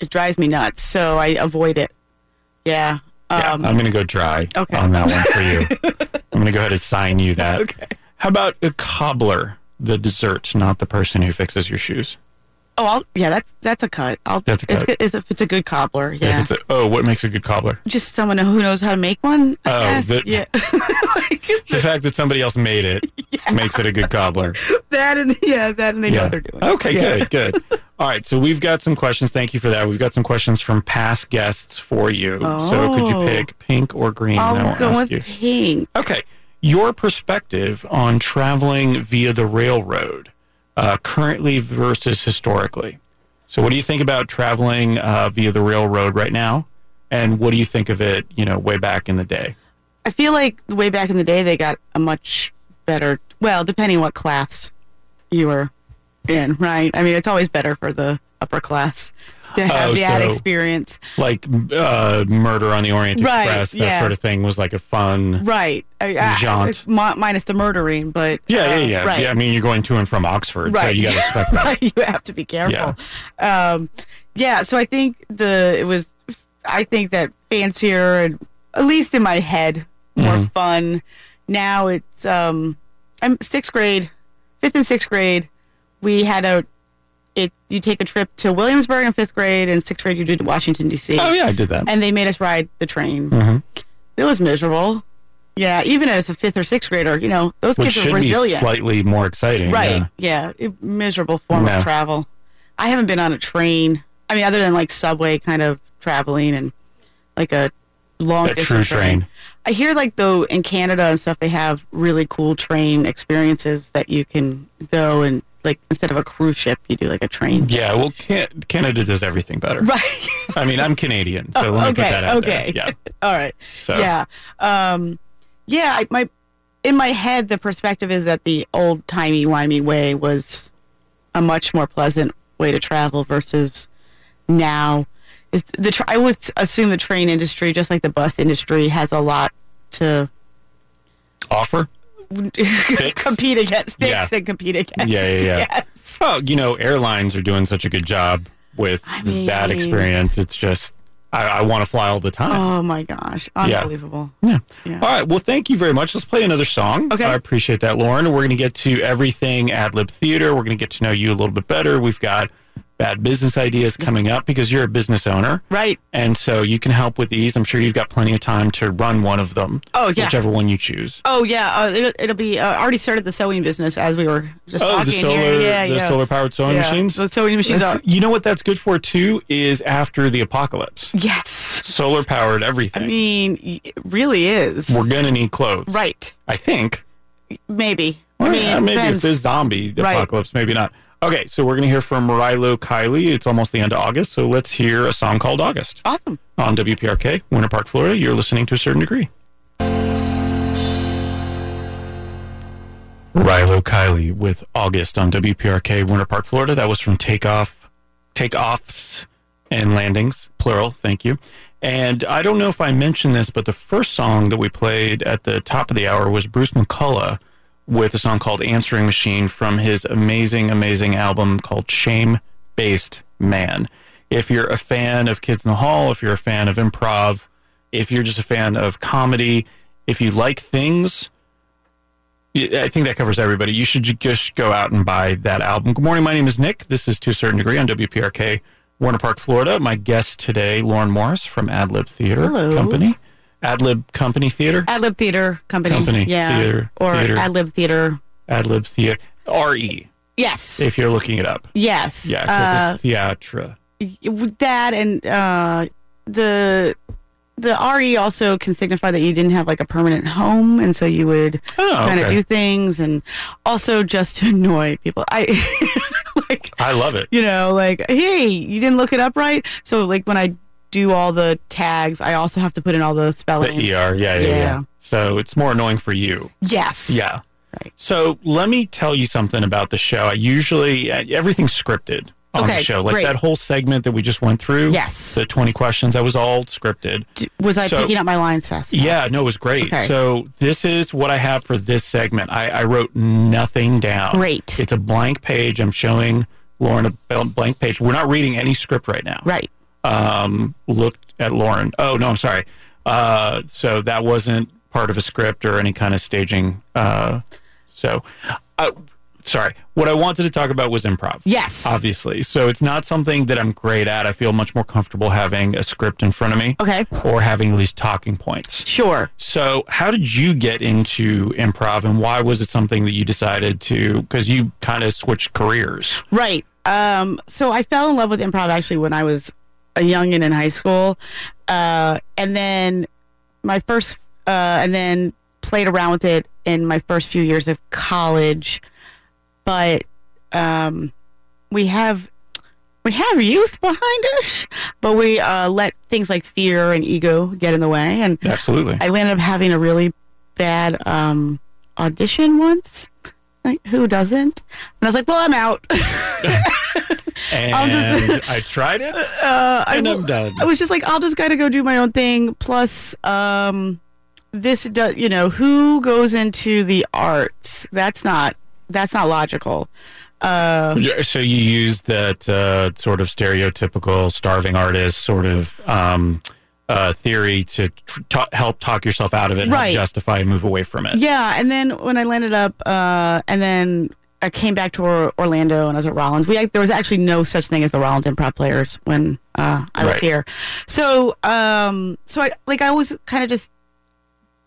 S3: it drives me nuts. So I avoid it. Yeah.
S2: Yeah,
S3: Um,
S2: I'm going to go dry
S3: okay.
S2: on that one for you. I'm going to go ahead and sign you that. Okay. How about a cobbler, the dessert, not the person who fixes your shoes?
S3: oh, I'll, yeah. That's that's a cut. I'll,
S2: That's a
S3: It's
S2: cut.
S3: good, it's, a, it's a good cobbler.
S2: If
S3: Yeah.
S2: it's a, oh, what makes a good cobbler?
S3: just someone who knows how to make one. I
S2: Oh,
S3: guess.
S2: the-
S3: yeah. Like,
S2: The fact that somebody else made it makes it a good cobbler.
S3: that and yeah, that and they know what they're doing.
S2: Okay,
S3: Yeah.
S2: good, good. All right, so we've got some questions. Thank you for that. We've got some questions from past guests for you. So could you
S3: Oh.
S2: pick pink or green? And I
S3: I'll
S2: will
S3: go
S2: ask
S3: with
S2: you.
S3: pink.
S2: Okay. Your perspective on traveling via the railroad uh, currently versus historically. So, what do you think about traveling uh, via the railroad right now? And what do you think of it, you know, way back in the day?
S3: I feel like way back in the day they got a much better. Well, depending what class you were in, right? I mean, it's always better for the upper class to have
S2: Oh,
S3: the ad
S2: so-
S3: experience,
S2: Like uh, Murder on the Orient
S3: Right,
S2: Express, that
S3: yeah.
S2: sort of thing was like a fun.
S3: right? I, I,
S2: Jaunt.
S3: mi- minus the murdering, but
S2: Yeah,
S3: uh,
S2: yeah, yeah.
S3: right.
S2: yeah. I mean, you're going to and from Oxford, so
S3: Right.
S2: you got to expect that.
S3: you have to be careful. Yeah. Um, yeah. So I think the it was, I think that fancier and at least in my head more
S2: Mm-hmm.
S3: fun. Now it's um, I'm sixth grade, fifth and sixth grade. We had a it. You take a trip to Williamsburg in fifth grade, and sixth grade you did Washington D.C.
S2: Oh, yeah, I did that.
S3: And they made us ride the train.
S2: Mhm.
S3: It was miserable. Yeah, even as a fifth or sixth grader, you know those
S2: Which
S3: kids are
S2: should be
S3: resilient.
S2: slightly more exciting.
S3: Right.
S2: yeah.
S3: Yeah. It, miserable form
S2: No.
S3: of travel. I haven't been on a train. I mean, other than like subway kind of traveling and like a long
S2: A
S3: distance
S2: true train.
S3: I hear like though in Canada and stuff they have really cool train experiences that you can go and like instead of a cruise ship you do like a train.
S2: Yeah, well, Can- Canada does everything better.
S3: Right.
S2: I mean, I'm Canadian, so let me put
S3: okay,
S2: that out
S3: okay.
S2: there. Yeah.
S3: All right.
S2: So
S3: Yeah. Um, yeah. I, my in my head, the perspective is that the old timey wimey way was a much more pleasant way to travel versus now. Is the tr I would assume the train industry, just like the bus industry, has a lot to
S2: offer. Fix?
S3: compete against, fix
S2: Yeah.
S3: and compete against.
S2: Yeah, yeah, yeah.
S3: Yes.
S2: Oh, you know, airlines are doing such a good job with
S3: I mean-
S2: that experience. It's just I, I want to fly all the time.
S3: Oh my gosh,
S2: Yeah.
S3: unbelievable.
S2: yeah.
S3: yeah.
S2: All right. Well, thank you very much. Let's play another song.
S3: Okay.
S2: I appreciate that, Lauren. We're going to get to everything at Lib Theater. We're going to get to know you a little bit better. We've got bad business ideas coming up because you're a business owner.
S3: Right.
S2: And so you can help with these. I'm sure you've got plenty of time to run one of them.
S3: Oh, yeah.
S2: Whichever one you choose.
S3: Oh yeah, uh, it'll, it'll be. Uh, I already started the sewing business as we were just
S2: Oh,
S3: talking
S2: the solar,
S3: here. Yeah,
S2: the
S3: yeah.
S2: solar powered sewing
S3: yeah.
S2: machines.
S3: The sewing machines
S2: That's-
S3: are
S2: you know what that's good for too is after the apocalypse,
S3: Yes.
S2: solar powered
S3: I
S2: everything.
S3: mean, y- it really is.
S2: We're gonna need clothes,
S3: right.
S2: I think.
S3: Maybe.
S2: Well,
S3: I mean,
S2: yeah, maybe if
S3: depends.
S2: there's zombie
S3: Right.
S2: apocalypse, maybe not. Okay, so we're gonna hear from Marilo Kiley. It's almost the end of August, so let's hear a song called August
S3: awesome.
S2: on WPRK, Winter Park, Florida. You're listening to a certain degree. Rilo Kiley with August on WPRK Winter Park, Florida. That was from Takeoff, Takeoffs and Landings, plural. Thank you. And I don't know if I mentioned this, but the first song that we played at the top of the hour was Bruce McCullough with a song called Answering Machine from his amazing, amazing album called Shame Based Man. If you're a fan of Kids in the Hall, if you're a fan of improv, if you're just a fan of comedy, if you like things, I think that covers everybody. You should just go out and buy that album. Good morning. My name is Nick. This is To a Certain Degree on WPRK, Warner Park, Florida. My guest today, Lauren Morris from Adlib Theater
S3: Hello.
S2: Company. Adlib Company Theater?
S3: Adlib Theater Company.
S2: Company,
S3: Yeah.
S2: theater,
S3: or
S2: theater.
S3: Adlib Theater.
S2: Adlib Theater. RE,
S3: Yes.
S2: if you're looking it up.
S3: yes.
S2: Yeah, because
S3: Uh,
S2: it's theatra.
S3: with that and uh, the the re also can signify that you didn't have like a permanent home, and so you would
S2: Oh,
S3: kind of
S2: okay.
S3: do things, and also just to annoy people. I like
S2: I love it.
S3: you know like hey, you didn't look it up right. So like when I do all the tags, I also have to put in all the
S2: The
S3: spelling.
S2: ER. Yeah, yeah, yeah,
S3: Yeah.
S2: So it's more annoying for you.
S3: Yes.
S2: Yeah.
S3: Right.
S2: So let me tell you something about the show. I usually, uh, everything's scripted on the
S3: Okay,
S2: show. Like
S3: great.
S2: that whole segment that we just went through.
S3: Yes.
S2: The 20 questions, that was all scripted.
S3: D- Was I
S2: So-
S3: picking up my lines fast? enough?
S2: Yeah, no, it was great.
S3: Okay.
S2: So this is what I have for this segment. I, I wrote nothing down.
S3: Great.
S2: It's a blank page. I'm showing Lauren a bl- blank page. We're not reading any script right now.
S3: Right.
S2: Um, looked at Lauren. Oh no, I'm sorry. Uh, so that wasn't part of a script or any kind of staging. Uh, so, uh, sorry. What I wanted to talk about was improv.
S3: Yes.
S2: Obviously. So it's not something that I'm great at. I feel much more comfortable having a script in front of me
S3: Okay.
S2: or having these talking points.
S3: Sure.
S2: So, how did you get into improv and why was it something that you decided to? Because you kind of switched careers.
S3: Right. Um, so I fell in love with improv actually when I was a youngin in high school, uh, and then my first, uh, and then played around with it in my first few years of college. But um, we have we have youth behind us, but we uh, let things like fear and ego get in the way, and
S2: Absolutely.
S3: I ended up having a really bad um, audition once. Like who doesn't? And I was like, well, I'm out.
S2: And I tried it
S3: uh, I,
S2: and
S3: w-
S2: I'm done.
S3: I was just like, I'll just gotta go do my own thing. Plus, um, this does, you know, who goes into the arts? That's not that's not logical. Uh,
S2: So, you used that uh, sort of stereotypical starving artist sort of um, uh, theory to tr- ta- help talk yourself out of it,
S3: Right.
S2: help justify and move away from it.
S3: yeah, and then when I landed up, uh, and then I came back to Or- Orlando and I was at Rollins. We there was actually no such thing as the Rollins improv players when uh, I was
S2: Right.
S3: here. So, um, so I like I always kind of just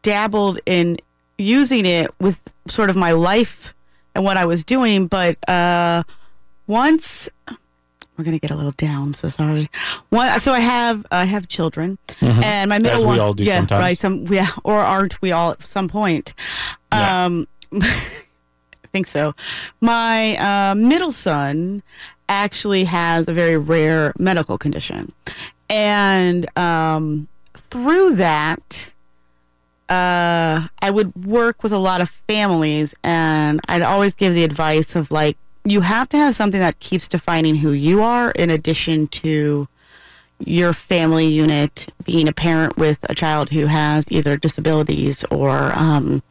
S3: dabbled in using it with sort of my life and what I was doing. But uh, once we're gonna get a little down, so sorry. One, so I have I have children,
S2: Mhm.
S3: and my middle
S2: we
S3: one,
S2: all do
S3: yeah,
S2: sometimes.
S3: right? Some, yeah, or aren't we all at some point?
S2: Yeah.
S3: Um, I think so. My uh, middle son actually has a very rare medical condition, and um, through that uh, I would work with a lot of families, and I'd always give the advice of like, you have to have something that keeps defining who you are in addition to your family unit being a parent with a child who has either disabilities or um,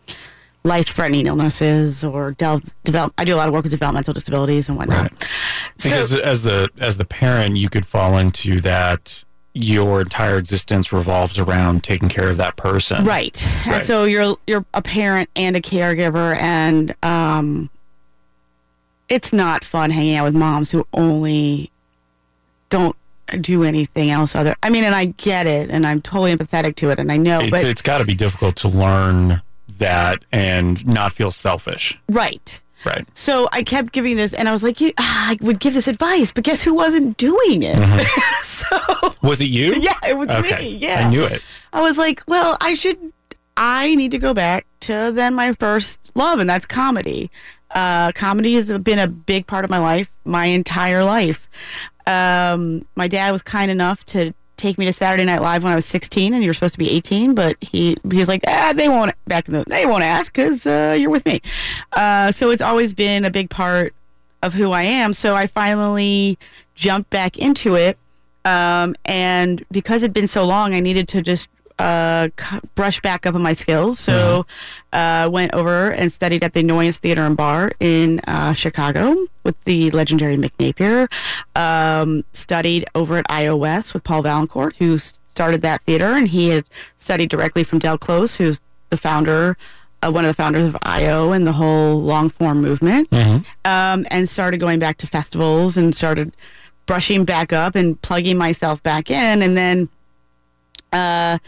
S3: life threatening illnesses or del- develop. I do a lot of work with developmental disabilities and whatnot. So-
S2: Because as the as the parent, you could fall into that. Your entire existence revolves around taking care of that person.
S3: Right. And
S2: Right.
S3: so you're you're a parent and a caregiver and um it's not fun hanging out with moms who only don't do anything else other I mean and I get it and I'm totally empathetic to it and I know
S2: it's,
S3: but
S2: it's got to be difficult to learn that and not feel selfish
S3: right.
S2: right
S3: So I kept giving this and I was like you ah, I would give this advice but guess who wasn't doing it? so
S2: was it you
S3: yeah, it was
S2: Mm-hmm. okay
S3: me. Yeah.
S2: i knew it
S3: I was like, well, I should, I need to go back to then my first love, and that's comedy. Uh, comedy has been a big part of my life, my entire life. Um, my dad was kind enough to take me to Saturday Night Live when I was 16, and you were supposed to be 18, but he he was like, ah, they won't back in the they won't ask because uh, you're with me. Uh, so it's always been a big part of who I am. So I finally jumped back into it, um, and because it'd been so long, I needed to just uh, c- brush back up on my skills. So uh, went over and studied at the Annoyance Theater and Bar in uh, Chicago with the legendary Mick Napier. Um, studied over at IOS with Paul Valancourt, who s- started that theater, and he had studied directly from Del Close, who's the founder, uh, one of the founders of IO and the whole long form movement
S2: Mm-hmm.
S3: um, and started going back to festivals and started brushing back up and plugging myself back in and then uh,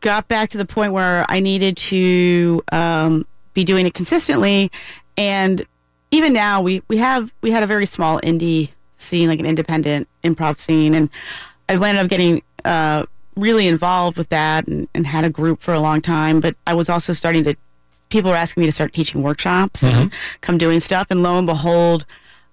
S3: got back to the point where i needed to um, be doing it consistently and even now we, we have we had a very small indie scene like an independent improv scene and i ended up getting uh, really involved with that and, and had a group for a long time but i was also starting to people were asking me to start teaching workshops and come doing stuff and lo and behold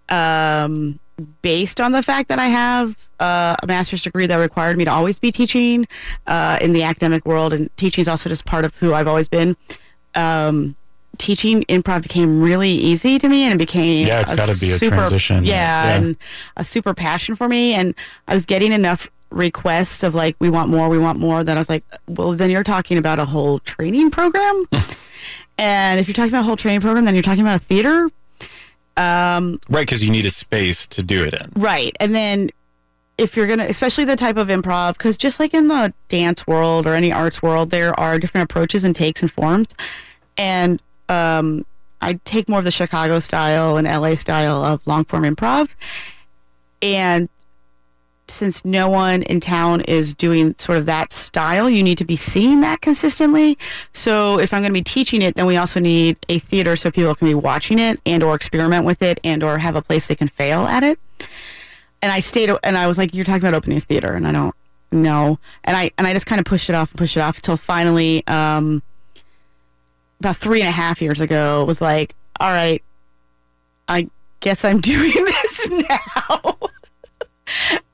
S3: um, based on the fact that i have uh, a master's degree that required me to always be teaching uh, in the academic world and teaching is also just part of who i've always been um, teaching improv became really easy to me and it became
S2: Yeah, it's
S3: a
S2: gotta be a
S3: super-
S2: transition.
S3: yeah,
S2: Yeah.
S3: and a super passion for me and i was getting enough requests of like we want more we want more that i was like well then you're talking about a whole training program and if you're talking about a whole training program, then you're talking about a theater. Um,
S2: Right, because you need a space to do it in.
S3: right. And then if you're going to, especially the type of improv, because just like in the dance world or any arts world, there are different approaches and takes and forms. And um, I take more of the Chicago style and LA style of long form improv. And since no one in town is doing sort of that style, you need to be seeing that consistently. So if I'm going to be teaching it, then we also need a theater so people can be watching it and or experiment with it and or have a place they can fail at it. And I stayed and I was like, you're talking about opening a theater and I don't know. And I, and I just kind of pushed it off and pushed it off until finally, um, about three and a half years ago was like, all right, I guess I'm doing this now.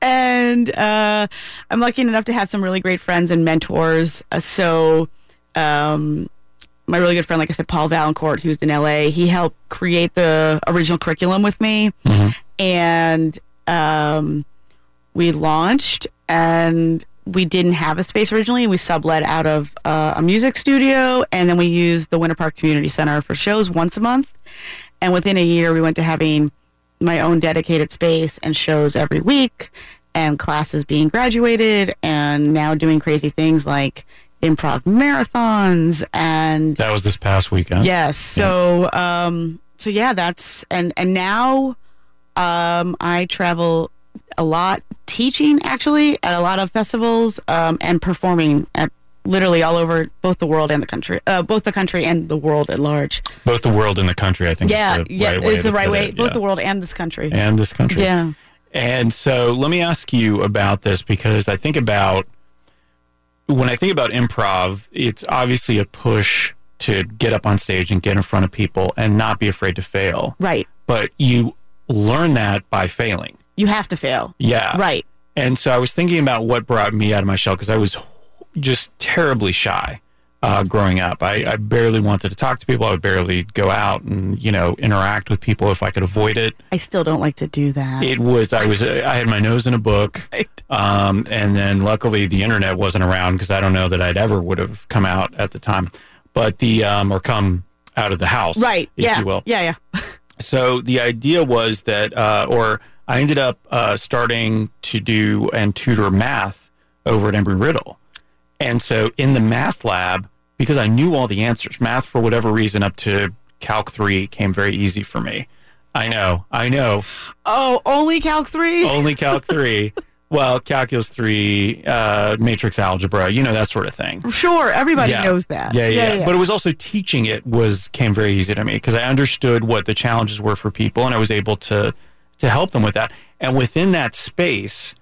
S3: and uh, I'm lucky enough to have some really great friends and mentors. Uh, so, um, my really good friend, like I said, Paul Valancourt, who's in LA, he helped create the original curriculum with me.
S2: Mhm.
S3: And um, we launched and we didn't have a space originally. We sublet out of uh, a music studio and then we used the Winter Park Community Center for shows once a month. And within a year, we went to having my own dedicated space and shows every week and classes being graduated and now doing crazy things like improv marathons and
S2: That was this past weekend.
S3: Yes. So um so yeah, that's and and now um I travel a lot teaching actually at a lot of festivals um and performing at literally all over both the world and the country uh, both the country and the world at large.
S2: Both the world and the country, I think.
S3: yeah,
S2: is the
S3: yeah,
S2: right way
S3: it's the
S2: to
S3: right
S2: put
S3: way
S2: it,
S3: both
S2: yeah.
S3: the world and this country.
S2: and this country.
S3: Yeah.
S2: And so let me ask you about this because I think about when I think about improv, it's obviously a push to get up on stage and get in front of people and not be afraid to fail.
S3: Right.
S2: But you learn that by failing.
S3: You have to fail.
S2: Yeah.
S3: Right.
S2: And so I was thinking about what brought me out of my shell because I was just terribly shy uh, growing up. I, I barely wanted to talk to people. I would barely go out and, you know, interact with people if I could avoid it.
S3: I still don't like to do that.
S2: It was, I was, I had my nose in a book.
S3: Right.
S2: Um, and then luckily the internet wasn't around because I don't know that I'd ever would have come out at the time, but the, um, or come out of the house.
S3: Right.
S2: If
S3: yeah.
S2: you will.
S3: Yeah, yeah.
S2: So the idea was that, uh, or I ended up uh, starting to do and tutor math over at Embry Riddle. And so in the math lab, because I knew all the answers, math for whatever reason up to Calc 3 came very easy for me. I know, I know,
S3: Oh, only Calc 3?
S2: only Calc 3. Well, Calculus 3, uh, matrix algebra, you know, that sort of thing.
S3: Sure, everybody
S2: Yeah.
S3: knows that.
S2: Yeah, yeah, yeah. But it was also teaching it was came very easy to me because I understood what the challenges were for people and I was able to to help them with that. And within that space,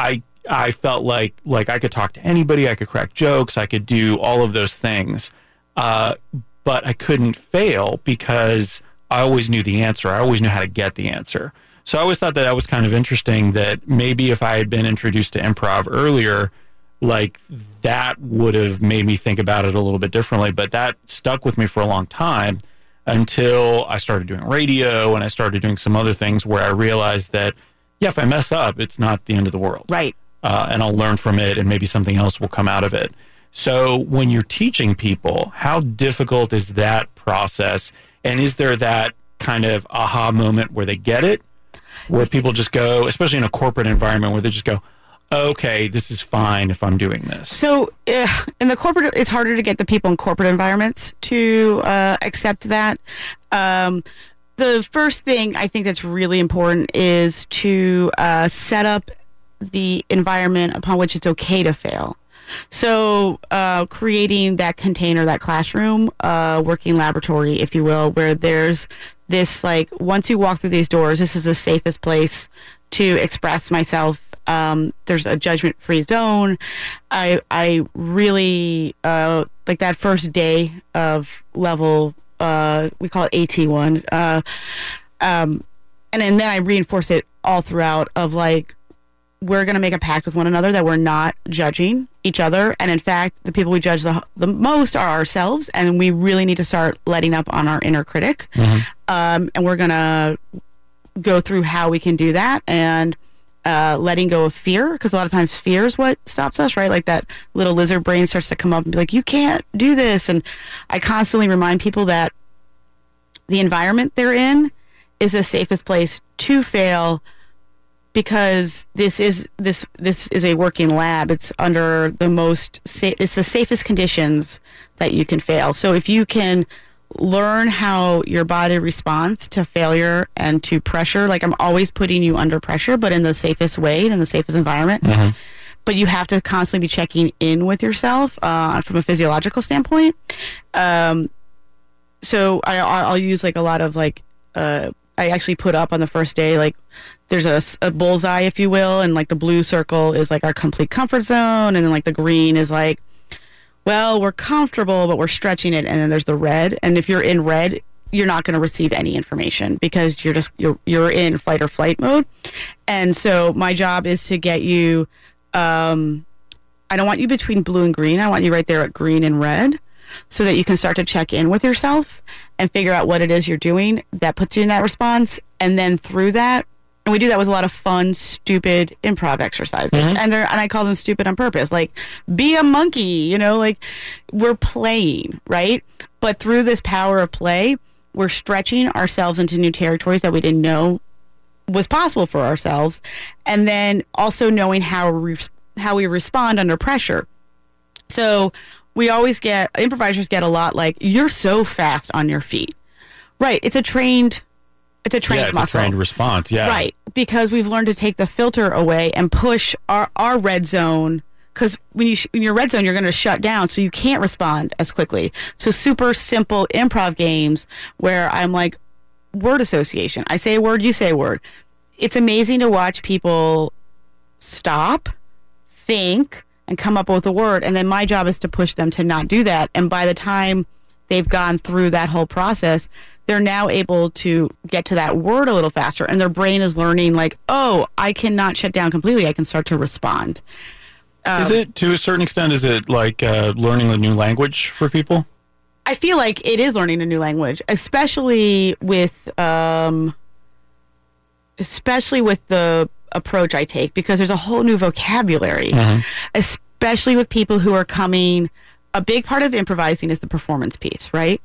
S2: I I felt like like I could talk to anybody, I could crack jokes, I could do all of those things. Uh, but I couldn't fail because I always knew the answer. I always knew how to get the answer. So I always thought that that was kind of interesting that maybe if I had been introduced to improv earlier, like that would have made me think about it a little bit differently. But that stuck with me for a long time until I started doing radio and I started doing some other things where I realized that, yeah, if I mess up, it's not the end of the world.
S3: Right.
S2: Uh, and I'll learn from it and maybe something else will come out of it. So when you're teaching people, how difficult is that process? And is there that kind of aha moment where they get it, where people just go, especially in a corporate environment where they just go, okay, this is fine if I'm doing this.
S3: So uh, in the corporate, it's harder to get the people in corporate environments to uh, accept that. Um, the first thing I think that's really important is to uh, set up the environment upon which it's okay to fail. So, uh, creating that container, that classroom, uh, working laboratory, if you will, where there's this like, once you walk through these doors, this is the safest place to express myself. Um, there's a judgment free zone. I, I really, uh, like that first day of level, uh, we call it AT1. Uh, um, and, and then I reinforce it all throughout of like, we're going to make a pact with one another that we're not judging each other. And in fact, the people we judge the, the most are ourselves. And we really need to start letting up on our inner critic. Um, and we're going to go through how we can do that and uh, letting go of fear. Because a lot of times fear is what stops us, right? Like that little lizard brain starts to come up and be like, you can't do this. And I constantly remind people that the environment they're in is the safest place to fail because this is this this is a working lab. It's under the most sa- it's the safest conditions that you can fail. So if you can learn how your body responds to failure and to pressure, like I'm always putting you under pressure, but in the safest way and in the safest environment. But you have to constantly be checking in with yourself uh, from a physiological standpoint. Um, so I, I- I'll use like a lot of like uh, I actually put up on the first day like there's a, s- a bullseye if you will and like the blue circle is like our complete comfort zone and then like the green is like well we're comfortable but we're stretching it and then there's the red and if you're in red you're not going to receive any information because you're just you're you're in fight or flight mode and so my job is to get you um I don't want you between blue and green. I want you right there at green and red so that you can start to check in with yourself and figure out what it is you're doing that puts you in that response. And then through that, and we do that with a lot of fun, stupid improv exercises. And they're and I call them stupid on purpose. Like be a monkey, you know, like we're playing, right? But through this power of play, we're stretching ourselves into new territories that we didn't know was possible for ourselves and then also knowing how we, how we respond under pressure so we always get improvisers get a lot like you're so fast on your feet right it's a trained it's a trained
S2: yeah, it's
S3: muscle
S2: a trained response. Yeah.
S3: Right, because we've learned to take the filter away and push our, our red zone. Because when you sh- when you're red zone, you're going to shut down, so you can't respond as quickly. So super simple improv games where I'm like word association. I say a word, you say a word. It's amazing to watch people stop, think, and come up with a word, and then my job is to push them to not do that. And by the time they've gone through that whole process, they're now able to get to that word a little faster. And their brain is learning, like, oh, I cannot shut down completely. I can start to respond. Um,
S2: is it to a certain extent? Is it like uh, learning a new language for people?
S3: I feel like it is learning a new language, especially with um, especially with the approach I take because there's a whole new vocabulary, especially with people who are coming. A big part of improvising is the performance piece, right?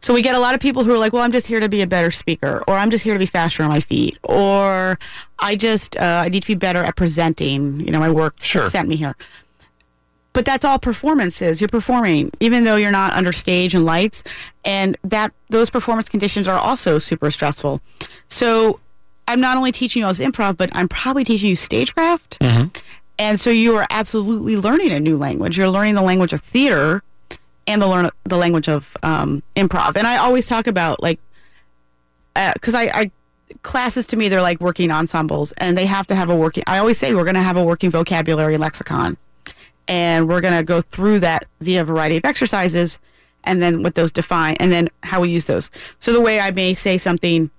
S3: So we get a lot of people who are like, "Well, I'm just here to be a better speaker, or I'm just here to be faster on my feet, or I just uh, I need to be better at presenting." You know, my work
S2: Sure.
S3: sent me here but that's all performances you're performing even though you're not under stage and lights and that those performance conditions are also super stressful so i'm not only teaching you all this improv but i'm probably teaching you stagecraft and so you are absolutely learning a new language you're learning the language of theater and the learn the language of um, improv and i always talk about like because I, I classes to me they're like working ensembles and they have to have a working i always say we're going to have a working vocabulary lexicon and we're going to go through that via a variety of exercises and then what those define and then how we use those so the way i may say something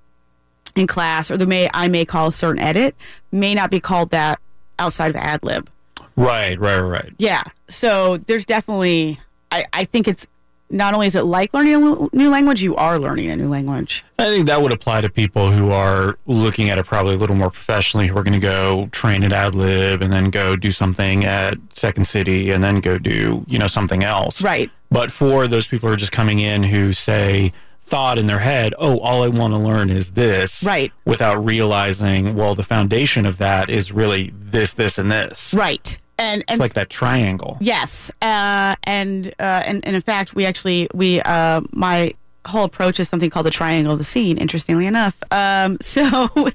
S3: in class or the may I may call a certain edit may not be called that outside of ad lib.
S2: Right, right, right.
S3: Yeah. So there's definitely I, I think it's not only is it like learning a l- new language, you are learning a new language.
S2: I think that would apply to people who are looking at it probably a little more professionally, who are going to go train at AdLib and then go do something at Second City and then go do, you know, something else.
S3: Right.
S2: But for those people who are just coming in who say, thought in their head, oh, all I want to learn is this.
S3: Right.
S2: Without realizing, well, the foundation of that is really this, this, and this.
S3: Right. And and
S2: It's like that triangle.
S3: Yes, uh, and, uh, and and in fact, we actually we uh, my whole approach is something called the triangle of the scene. Interestingly enough, um, so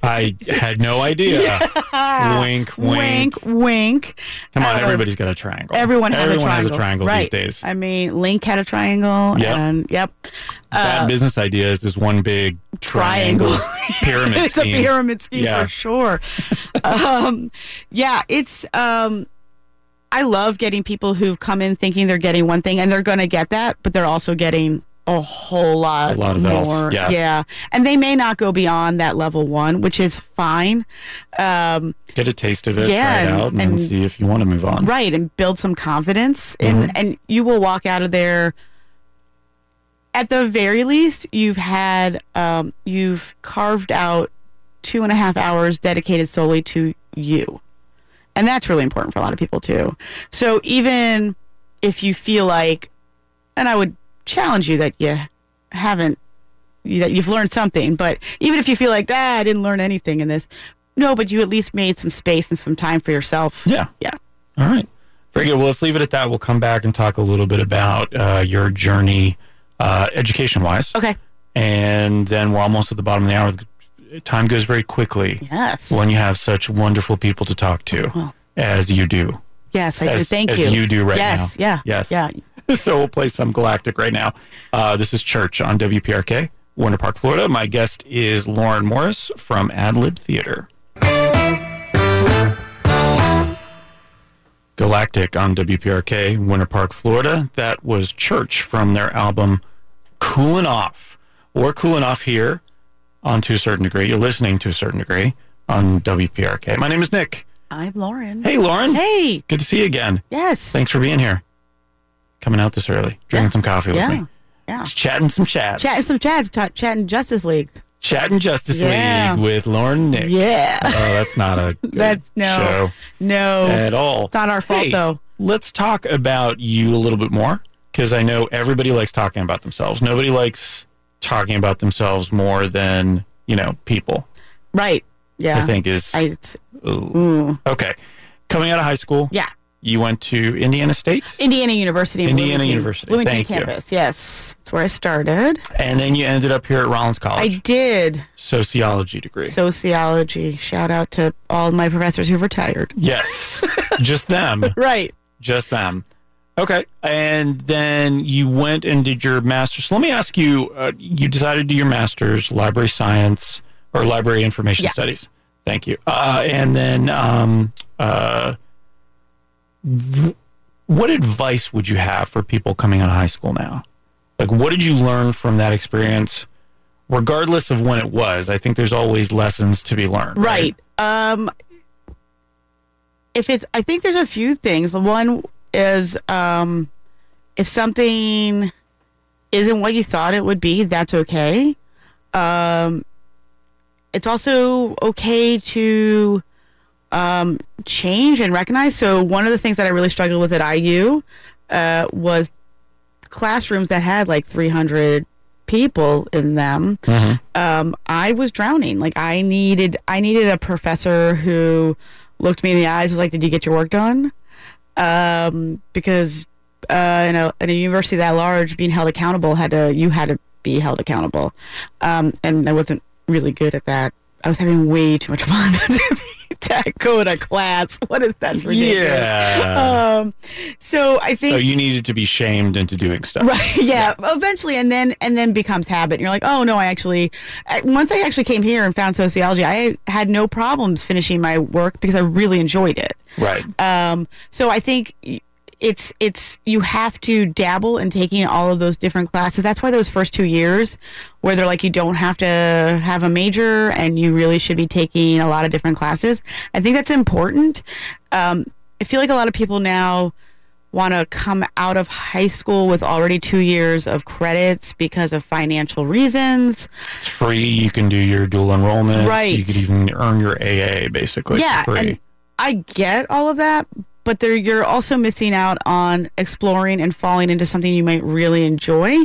S2: I had no idea. Wink, wink.
S3: wink, wink.
S2: Come on,
S3: Uh,
S2: everybody's got a triangle.
S3: Everyone has
S2: Everyone
S3: a triangle,
S2: has a triangle
S3: right.
S2: these days.
S3: I mean, Link had a triangle,
S2: Yep.
S3: and yep,
S2: Bad business ideas is one big triangle,
S3: Uh, Triangle.
S2: pyramid
S3: it's
S2: scheme.
S3: a pyramid scheme
S2: Yeah.
S3: for sure. um, yeah, it's. Um, I love getting people who've come in thinking they're getting one thing and they're going to get that, but they're also getting a whole lot,
S2: A lot of
S3: more.
S2: else, yeah.
S3: and they may not go beyond that level one, which is fine. Um,
S2: Get a taste of it,
S3: Yeah,
S2: try it
S3: and-
S2: out, and, then
S3: and-
S2: see if you want to move on.
S3: right and build some confidence and and you will walk out of there at the very least you've had um, you've carved out two and a half hours dedicated solely to you and that's really important for a lot of people too so even if you feel like and i would challenge you that you haven't that you've learned something but even if you feel like ah, i didn't learn anything in this no but you at least made some space and some time for yourself
S2: Yeah.
S3: yeah
S2: All right. Very good. Well, let's leave it at that. We'll come back and talk a little bit about uh, your journey uh, education wise.
S3: Okay.
S2: And then we're almost at the bottom of the hour. Time goes very quickly
S3: Yes.
S2: when you have such wonderful people to talk to
S3: Well.
S2: as you do.
S3: yes, I do.
S2: as-
S3: Thank
S2: as
S3: you.
S2: you do right
S3: yes,
S2: now.
S3: Yeah.
S2: Yes.
S3: Yeah.
S2: so we'll play some Galactic right now. Uh, this is Church on WPRK, Winter Park, Florida. My guest is Lauren Morris from Adlib Theater. Galactic on WPRK, Winter Park, Florida. That was Church from their album Coolin' Off. We're cooling off here on to a certain degree. You're listening to a certain degree on WPRK. My name is Nick.
S3: I'm Lauren.
S2: Hey, Lauren.
S3: Hey.
S2: Good to see you again.
S3: Yes.
S2: Thanks for being here. Coming out this early, drinking some coffee with
S3: yeah.
S2: me,
S3: Yeah.
S2: Just chatting some chats,
S3: Chatting some chats. ta- chatting Justice League.
S2: chatting Justice
S3: Yeah.
S2: League with Lauren Nick.
S3: Yeah.
S2: Oh, that's not a good
S3: That's no. No.
S2: show at all.
S3: It's not our fault
S2: Hey,
S3: though.
S2: Let's talk about you a little bit more because I know everybody likes talking about themselves. Nobody likes talking about themselves more than you know people.
S3: Right. Yeah.
S2: I think is
S3: I- it's-
S2: ooh.
S3: mm.
S2: okay. Coming out of high school,
S3: Yeah.
S2: you went to Indiana State,
S3: Indiana University. in
S2: Indiana
S3: Bloomington-
S2: University.
S3: Bloomington
S2: Thank you.
S3: campus. Yes. That's where I started.
S2: and then you ended up here at Rollins
S3: I
S2: College,
S3: did
S2: sociology degree.
S3: sociology. Shout out to all my professors who retired.
S2: Yes. just them.
S3: Right.
S2: Just them. Okay. And then you went and did your master's. Let me ask you uh, you decided to do your master's, library science or library information
S3: Yeah.
S2: studies. Thank you. Uh, and then um, uh, w- what advice would you have for people coming out of high school now? Like, what did you learn from that experience? Regardless of when it was, I think there's always lessons to be learned.
S3: Right. Um, if it's, I think there's a few things. The one is um, if something isn't what you thought it would be, that's okay. Um, it's also okay to um, change and recognize. So, one of the things that I really struggled with at IU uh, was classrooms that had like 300 people in them
S2: Mhm.
S3: um, I was drowning. Like I needed, I needed a professor who looked me in the eyes, was like, "Did you get your work done?" Um, because uh, in a in a university that large, being held accountable had to you had to be held accountable, um, and I wasn't really good at that. I was having way too much fun to, be, to go to class. What is that's ridiculous.
S2: Yeah.
S3: Um, so I think
S2: So you needed to be shamed into doing stuff.
S3: Right. Yeah. Eventually, and then and then becomes habit. And you're like, oh no, I actually. I- Once I actually came here and found sociology, I had no problems finishing my work because I really enjoyed it.
S2: Right.
S3: Um, so I think i- it's it's you have to dabble in taking all of those different classes. That's why those first two years, where they're like you don't have to have a major and you really should be taking a lot of different classes. I think that's important. Um, I feel like a lot of people now want to come out of high school with already two years of credits because of financial reasons.
S2: It's free. You can do your dual enrollment.
S3: Right.
S2: You could even earn your AA basically.
S3: Yeah,
S2: for free.
S3: and- I get all of that, but there you're also missing out on exploring and falling into something you might really enjoy.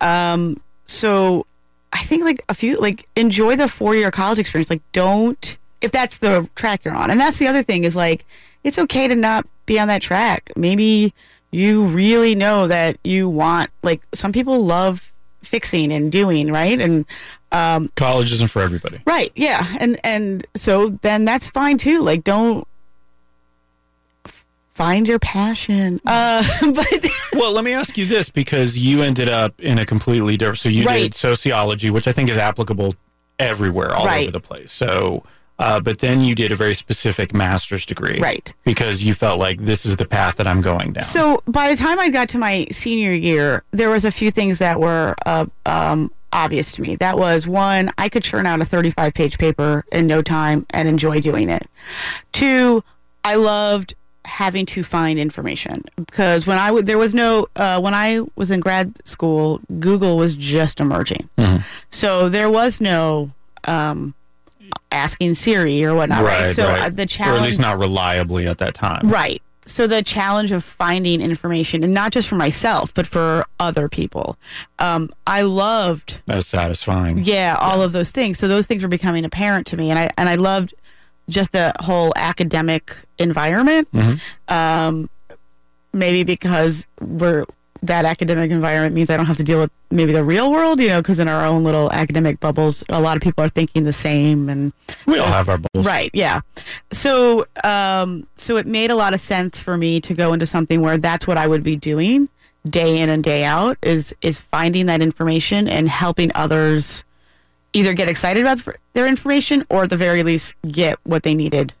S3: Um, so I think like a few like enjoy the four year college experience. Like don't if that's the track you're on. And that's the other thing is like it's okay to not be on that track. Maybe you really know that you want like some people love fixing and doing, right? And um
S2: College isn't for everybody.
S3: Right. Yeah. And and so then that's fine too. Like don't f- find your passion. Uh but
S2: well, let me ask you this because you ended up in a completely different. So you
S3: Right.
S2: did sociology, which I think is applicable everywhere, all
S3: Right.
S2: over the place. So, uh, but then you did a very specific master's degree,
S3: Right.
S2: Because you felt like this is the path that I'm going down.
S3: So by the time I got to my senior year, there was a few things that were uh, um, obvious to me. That was one, I could churn out a 35 page paper in no time and enjoy doing it. Two, I loved having to find information because when I w- there was no uh, when I was in grad school, Google was just emerging,
S2: Mhm.
S3: so there was no. Um, asking Siri or whatnot. Right.
S2: Right,
S3: So
S2: right.
S3: Uh, the
S2: or
S3: challenge,
S2: at least not reliably at that time.
S3: Right. So the challenge of finding information, and not just for myself, but for other people. Um, I loved,
S2: That was satisfying.
S3: yeah, all of those things. So those things were becoming apparent to me, and I and I loved just the whole academic environment.
S2: Mhm.
S3: Um, maybe because we're that academic environment means I don't have to deal with maybe the real world, you know, because in our own little academic bubbles, a lot of people are thinking the same and
S2: We all have our bubbles.
S3: Right. Yeah. So, um, so it made a lot of sense for me to go into something where that's what I would be doing day in and day out is is finding that information and helping others either get excited about their information or at the very least get what they needed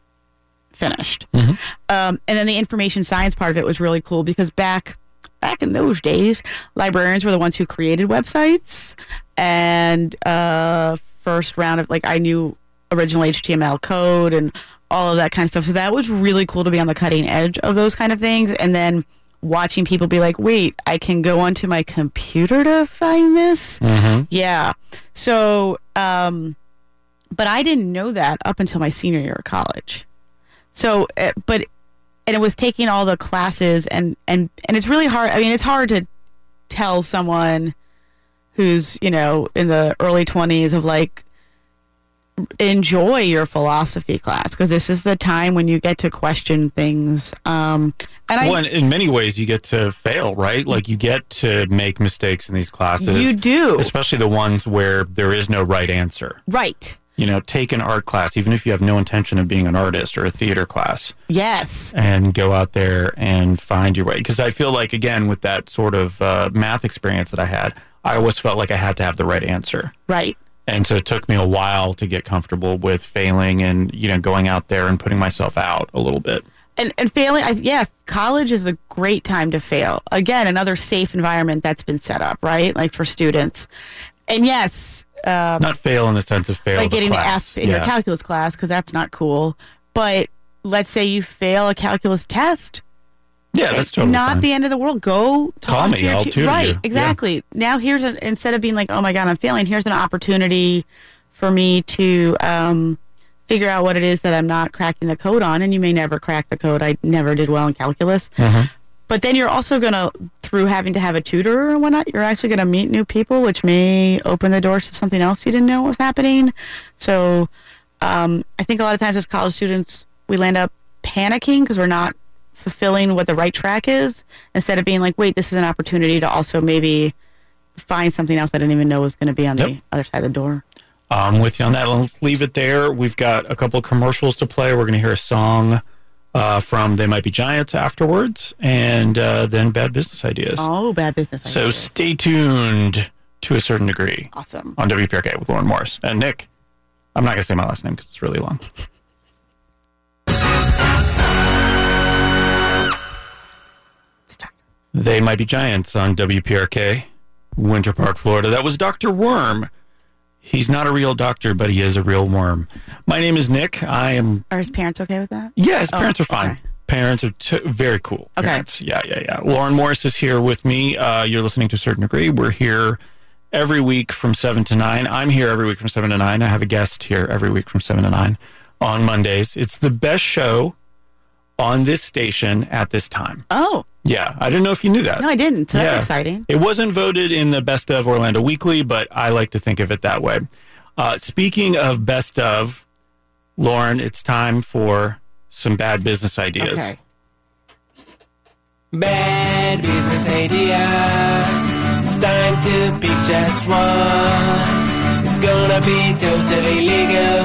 S3: finished.
S2: Mhm.
S3: Um, and then the information science part of it was really cool because back back in those days, librarians were the ones who created websites and uh, first round of like I knew original HTML code and all of that kind of stuff. So that was really cool to be on the cutting edge of those kind of things. And then watching people be like, wait, I can go onto my computer to find this.
S2: hmm
S3: Yeah. So, um, but I didn't know that up until my senior year of college. So, uh, but and it was taking all the classes and and and it's really hard. I mean, it's hard to tell someone who's you know in the early twenties of like enjoy your philosophy class because this is the time when you get to question things. Um, and I
S2: Well, and in many ways, you get to fail, right? Like you get to make mistakes in these classes,
S3: you do
S2: especially the ones where there is no right answer.
S3: right.
S2: You know, take an art class, even if you have no intention of being an artist or a theater class,
S3: Yes.
S2: and go out there and find your way. Because I feel like, again, with that sort of uh, math experience that I had, I always felt like I had to have the right answer.
S3: Right.
S2: And so it took me a while to get comfortable with failing and, you know, going out there and putting myself out a little bit.
S3: and and failing I, yeah college is a great time to fail again another safe environment that's been set up right like for students and yes um,
S2: Not fail in the sense of fail.
S3: like
S2: the
S3: getting
S2: class.
S3: an f in your
S2: Yeah.
S3: calculus class because that's not cool but let's say you fail a calculus test
S2: Yeah, that's totally
S3: not
S2: fine.
S3: the end of the world go talk
S2: Call
S3: to
S2: me,
S3: your
S2: I'll
S3: te-
S2: tutor
S3: right
S2: you. Yeah.
S3: exactly now here's an instead of being like oh my god i'm failing here's an opportunity for me to um, figure out what it is that i'm not cracking the code on and you may never crack the code i never did well in calculus
S2: Mhm.
S3: but then you're also going to, through having to have a tutor or whatnot, you're actually going to meet new people, which may open the doors to something else you didn't know was happening. So um, I think a lot of times as college students, we land up panicking because we're not fulfilling what the right track is instead of being like, wait, this is an opportunity to also maybe find something else that I didn't even know was going to be on
S2: Yep.
S3: the other side of the door.
S2: I'm with you on that. Let's leave it there. We've got a couple of commercials to play. We're going to hear a song uh, from They Might Be Giants afterwards, and uh, then bad business ideas.
S3: Oh, bad business.
S2: so
S3: ideas.
S2: stay tuned to a certain degree
S3: awesome.
S2: on WPRK with Lauren Morris and Nick. I'm not going to say my last name because it's really long. They Might Be Giants on WPRK, Winter Park, Florida. That was Dr. Worm. He's not a real doctor, but he is a real worm. My name is Nick. I am,
S3: Are his parents okay with that?
S2: yes,
S3: Oh,
S2: parents are fine.
S3: okay.
S2: Parents are t- very cool.
S3: Okay.
S2: Parents. Yeah, yeah, yeah. Lauren Morris is here with me. Uh, you're listening to a certain degree. We're here every week from 7 to 9. I'm here every week from 7 to 9. I have a guest here every week from 7 to 9 on Mondays. It's the best show on this station at this time.
S3: Oh,
S2: Yeah, I didn't know if you knew that.
S3: no, I didn't. So that's
S2: Yeah.
S3: exciting.
S2: It wasn't voted in the Best of Orlando Weekly, but I like to think of it that way. Uh, speaking of Best of, Lauren, it's time for some bad business ideas.
S3: Okay.
S4: Bad business ideas. It's time to pick just one. It's gonna be totally legal.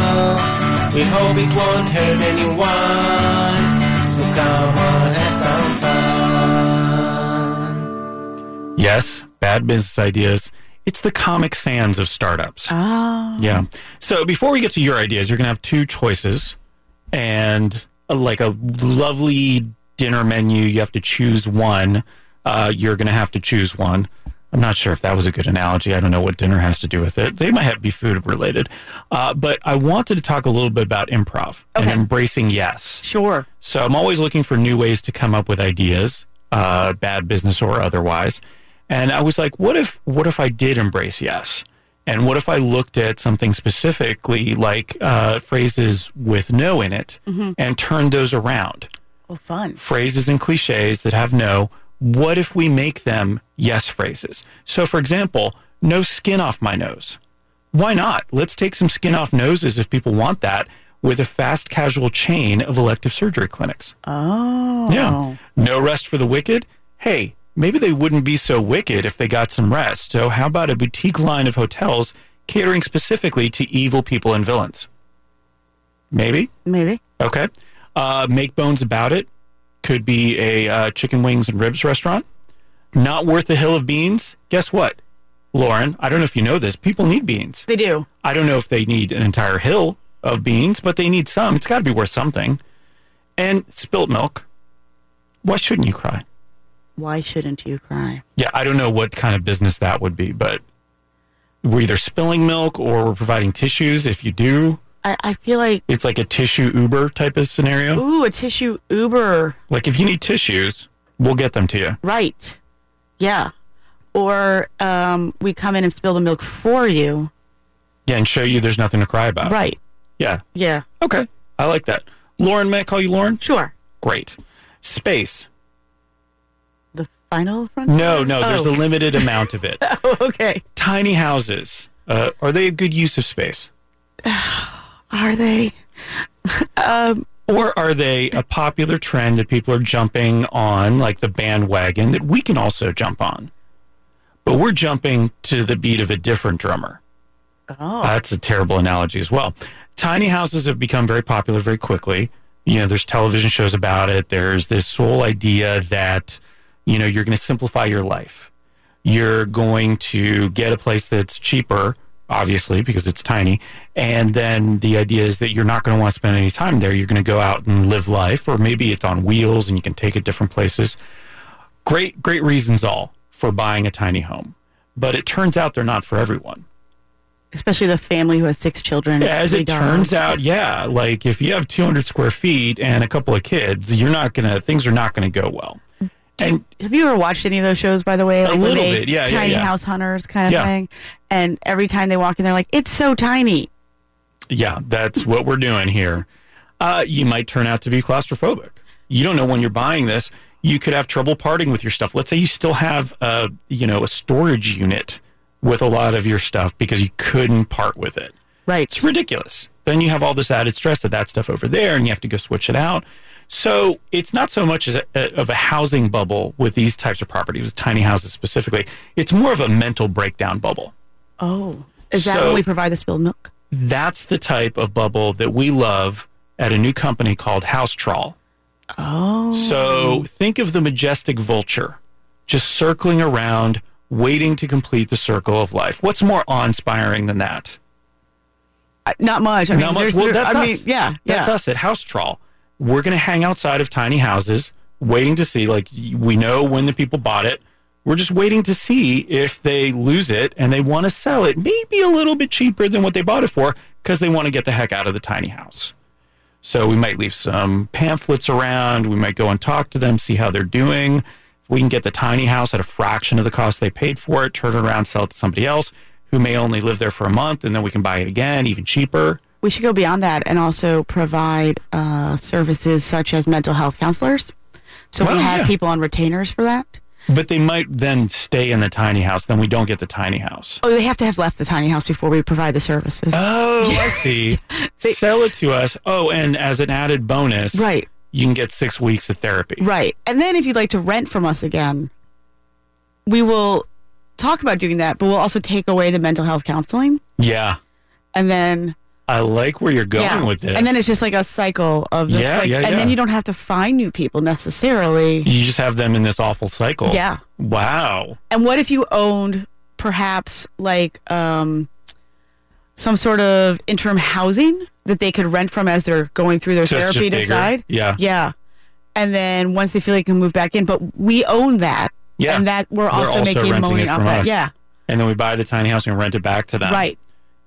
S4: We hope it won't hurt anyone. So come on, have some fun.
S2: Yes, bad business ideas. It's the Comic Sans of startups.
S3: Oh,
S2: Yeah. So before we get to your ideas, you're going to have two choices and uh, like a lovely dinner menu. You have to choose one. Uh, you're going to have to choose one. I'm not sure if that was a good analogy. I don't know what dinner has to do with it. They might have to be food related. Uh, but I wanted to talk a little bit about improv
S3: Okay.
S2: and embracing yes.
S3: sure.
S2: So I'm always looking for new ways to come up with ideas, uh, bad business or otherwise. And I was like, what if what if I did embrace yes? And what if I looked at something specifically like uh, phrases with no in it and turned those around?
S3: Oh, fun.
S2: Phrases and cliches that have no, what if we make them yes phrases? So, for example, no skin off my nose. Why not? Let's take some skin off noses if people want that with a fast casual chain of elective surgery clinics.
S3: Oh,
S2: Yeah. No rest for the wicked? Hey, maybe they wouldn't be so wicked if they got some rest. So, how about a boutique line of hotels catering specifically to evil people and villains? Maybe.
S3: Maybe.
S2: Okay. Uh, make bones about it. Could be a uh, chicken wings and ribs restaurant. Not worth a hill of beans. Guess what? Lauren, I don't know if you know this. People need beans.
S3: They do.
S2: I don't know if they need an entire hill of beans, but they need some. It's got to be worth something. And spilt milk. Why shouldn't you cry?
S3: Why shouldn't you cry?
S2: Yeah, I don't know what kind of business that would be, but we're either spilling milk or we're providing tissues. If you do,
S3: I, I feel like,
S2: it's like a tissue Uber type of scenario.
S3: ooh, a tissue Uber.
S2: Like if you need tissues, we'll get them to you.
S3: Right. Yeah. Or um, we come in and spill the milk for you.
S2: Yeah, and show you there's nothing to cry about.
S3: Right.
S2: Yeah.
S3: Yeah.
S2: Okay. I like that. Lauren, may I call you Lauren?
S3: Sure.
S2: Great. Space.
S3: The final frontier?
S2: No, no, there's a
S3: Oh.
S2: limited amount of it.
S3: okay.
S2: Tiny houses. Uh, are they a good use of space?
S3: Are they?
S2: Or are they a popular trend that people are jumping on, like the bandwagon that we can also jump on? But we're jumping to the beat of a different drummer.
S3: Oh.
S2: That's a terrible analogy as well. Tiny houses have become very popular very quickly. You know, there's television shows about it. There's this whole idea that, you know, you're going to simplify your life. You're going to get a place that's cheaper, obviously, because it's tiny. And then the idea is that you're not going to want to spend any time there. You're going to go out and live life, or maybe it's on wheels and you can take it different places great great reasons all for buying a tiny home but it turns out they're not for everyone
S3: Especially the family who has six children. and
S2: as
S3: three
S2: it turns
S3: dogs.
S2: out yeah like if you have 200 square feet and a couple of kids you're not gonna things are not gonna go well and
S3: Have you ever watched any of those shows, by the way? when
S2: little
S3: they-
S2: bit, yeah, yeah,
S3: Tiny
S2: yeah.
S3: house hunters kind of
S2: Yeah.
S3: thing. And every time they walk in, they're like, it's so tiny.
S2: yeah that's what we're doing here uh, you might turn out to be claustrophobic you don't know when you're buying this you could have trouble parting with your stuff let's say you still have a you know a storage unit with a lot of your stuff because you couldn't part with it
S3: Right.
S2: It's ridiculous. Then you have all this added stress of that stuff over there, and you have to go switch it out. So it's not so much as a, of a housing bubble with these types of properties, with tiny houses specifically. It's more of a mental breakdown bubble.
S3: Oh. Is that
S2: So-
S3: when we provide the spilled milk?
S2: That's the type of bubble that we love at a new company called House Trawl.
S3: Oh.
S2: So think of the majestic vulture just circling around, waiting to complete the circle of life. What's more awe-inspiring than that?
S3: I- Uh, Not much. I mean,
S2: Not much.
S3: there's-
S2: Well,
S3: there-
S2: that's
S3: I
S2: us.
S3: mean, yeah.
S2: That's
S3: yeah.
S2: us at House Trawl. We're going to hang outside of tiny houses. waiting to see. Like y- we know when the people bought it. We're just waiting to see if they lose it and they want to sell it, maybe a little bit cheaper than what they bought it for, because they want to get the heck out of the tiny house. So we might leave some pamphlets around. We might go and talk to them, see how they're doing. If we can get the tiny house at a fraction of the cost they paid for it, turn it around, sell it to somebody else who may only live there for a month, and then we can buy it again, even cheaper.
S3: We should go beyond that and also provide uh, services such as mental health counselors. So
S2: Well,
S3: we have
S2: yeah.
S3: people on retainers for that.
S2: But they might then stay in the tiny house. Then we don't get the tiny house.
S3: Oh, they have to have left the tiny house before we provide the services.
S2: Oh, I see.
S3: They-
S2: sell it to us. Oh, and as an added bonus,
S3: Right,
S2: you can get six weeks of therapy.
S3: right. And then if you'd like to rent from us again, we will talk about doing that, but we'll also take away the mental health counseling.
S2: Yeah.
S3: And then
S2: I like where you're going
S3: yeah.
S2: with this.
S3: And then it's just like a cycle of this.
S2: Yeah,
S3: like,
S2: yeah,
S3: and
S2: yeah.
S3: then you don't have to find new people necessarily.
S2: you just have them in this awful cycle.
S3: Yeah.
S2: Wow.
S3: And what if you owned perhaps like um, some sort of interim housing that they could rent from as they're going through their
S2: So it's just
S3: therapy to
S2: bigger.
S3: decide?
S2: Yeah.
S3: Yeah. And then once they feel they can move back in, but we own that.
S2: Yeah.
S3: And that we're also,
S2: also
S3: making
S2: renting
S3: money
S2: it
S3: off
S2: from
S3: that.
S2: us.
S3: Yeah.
S2: And then we buy the tiny house and rent it back to them.
S3: Right.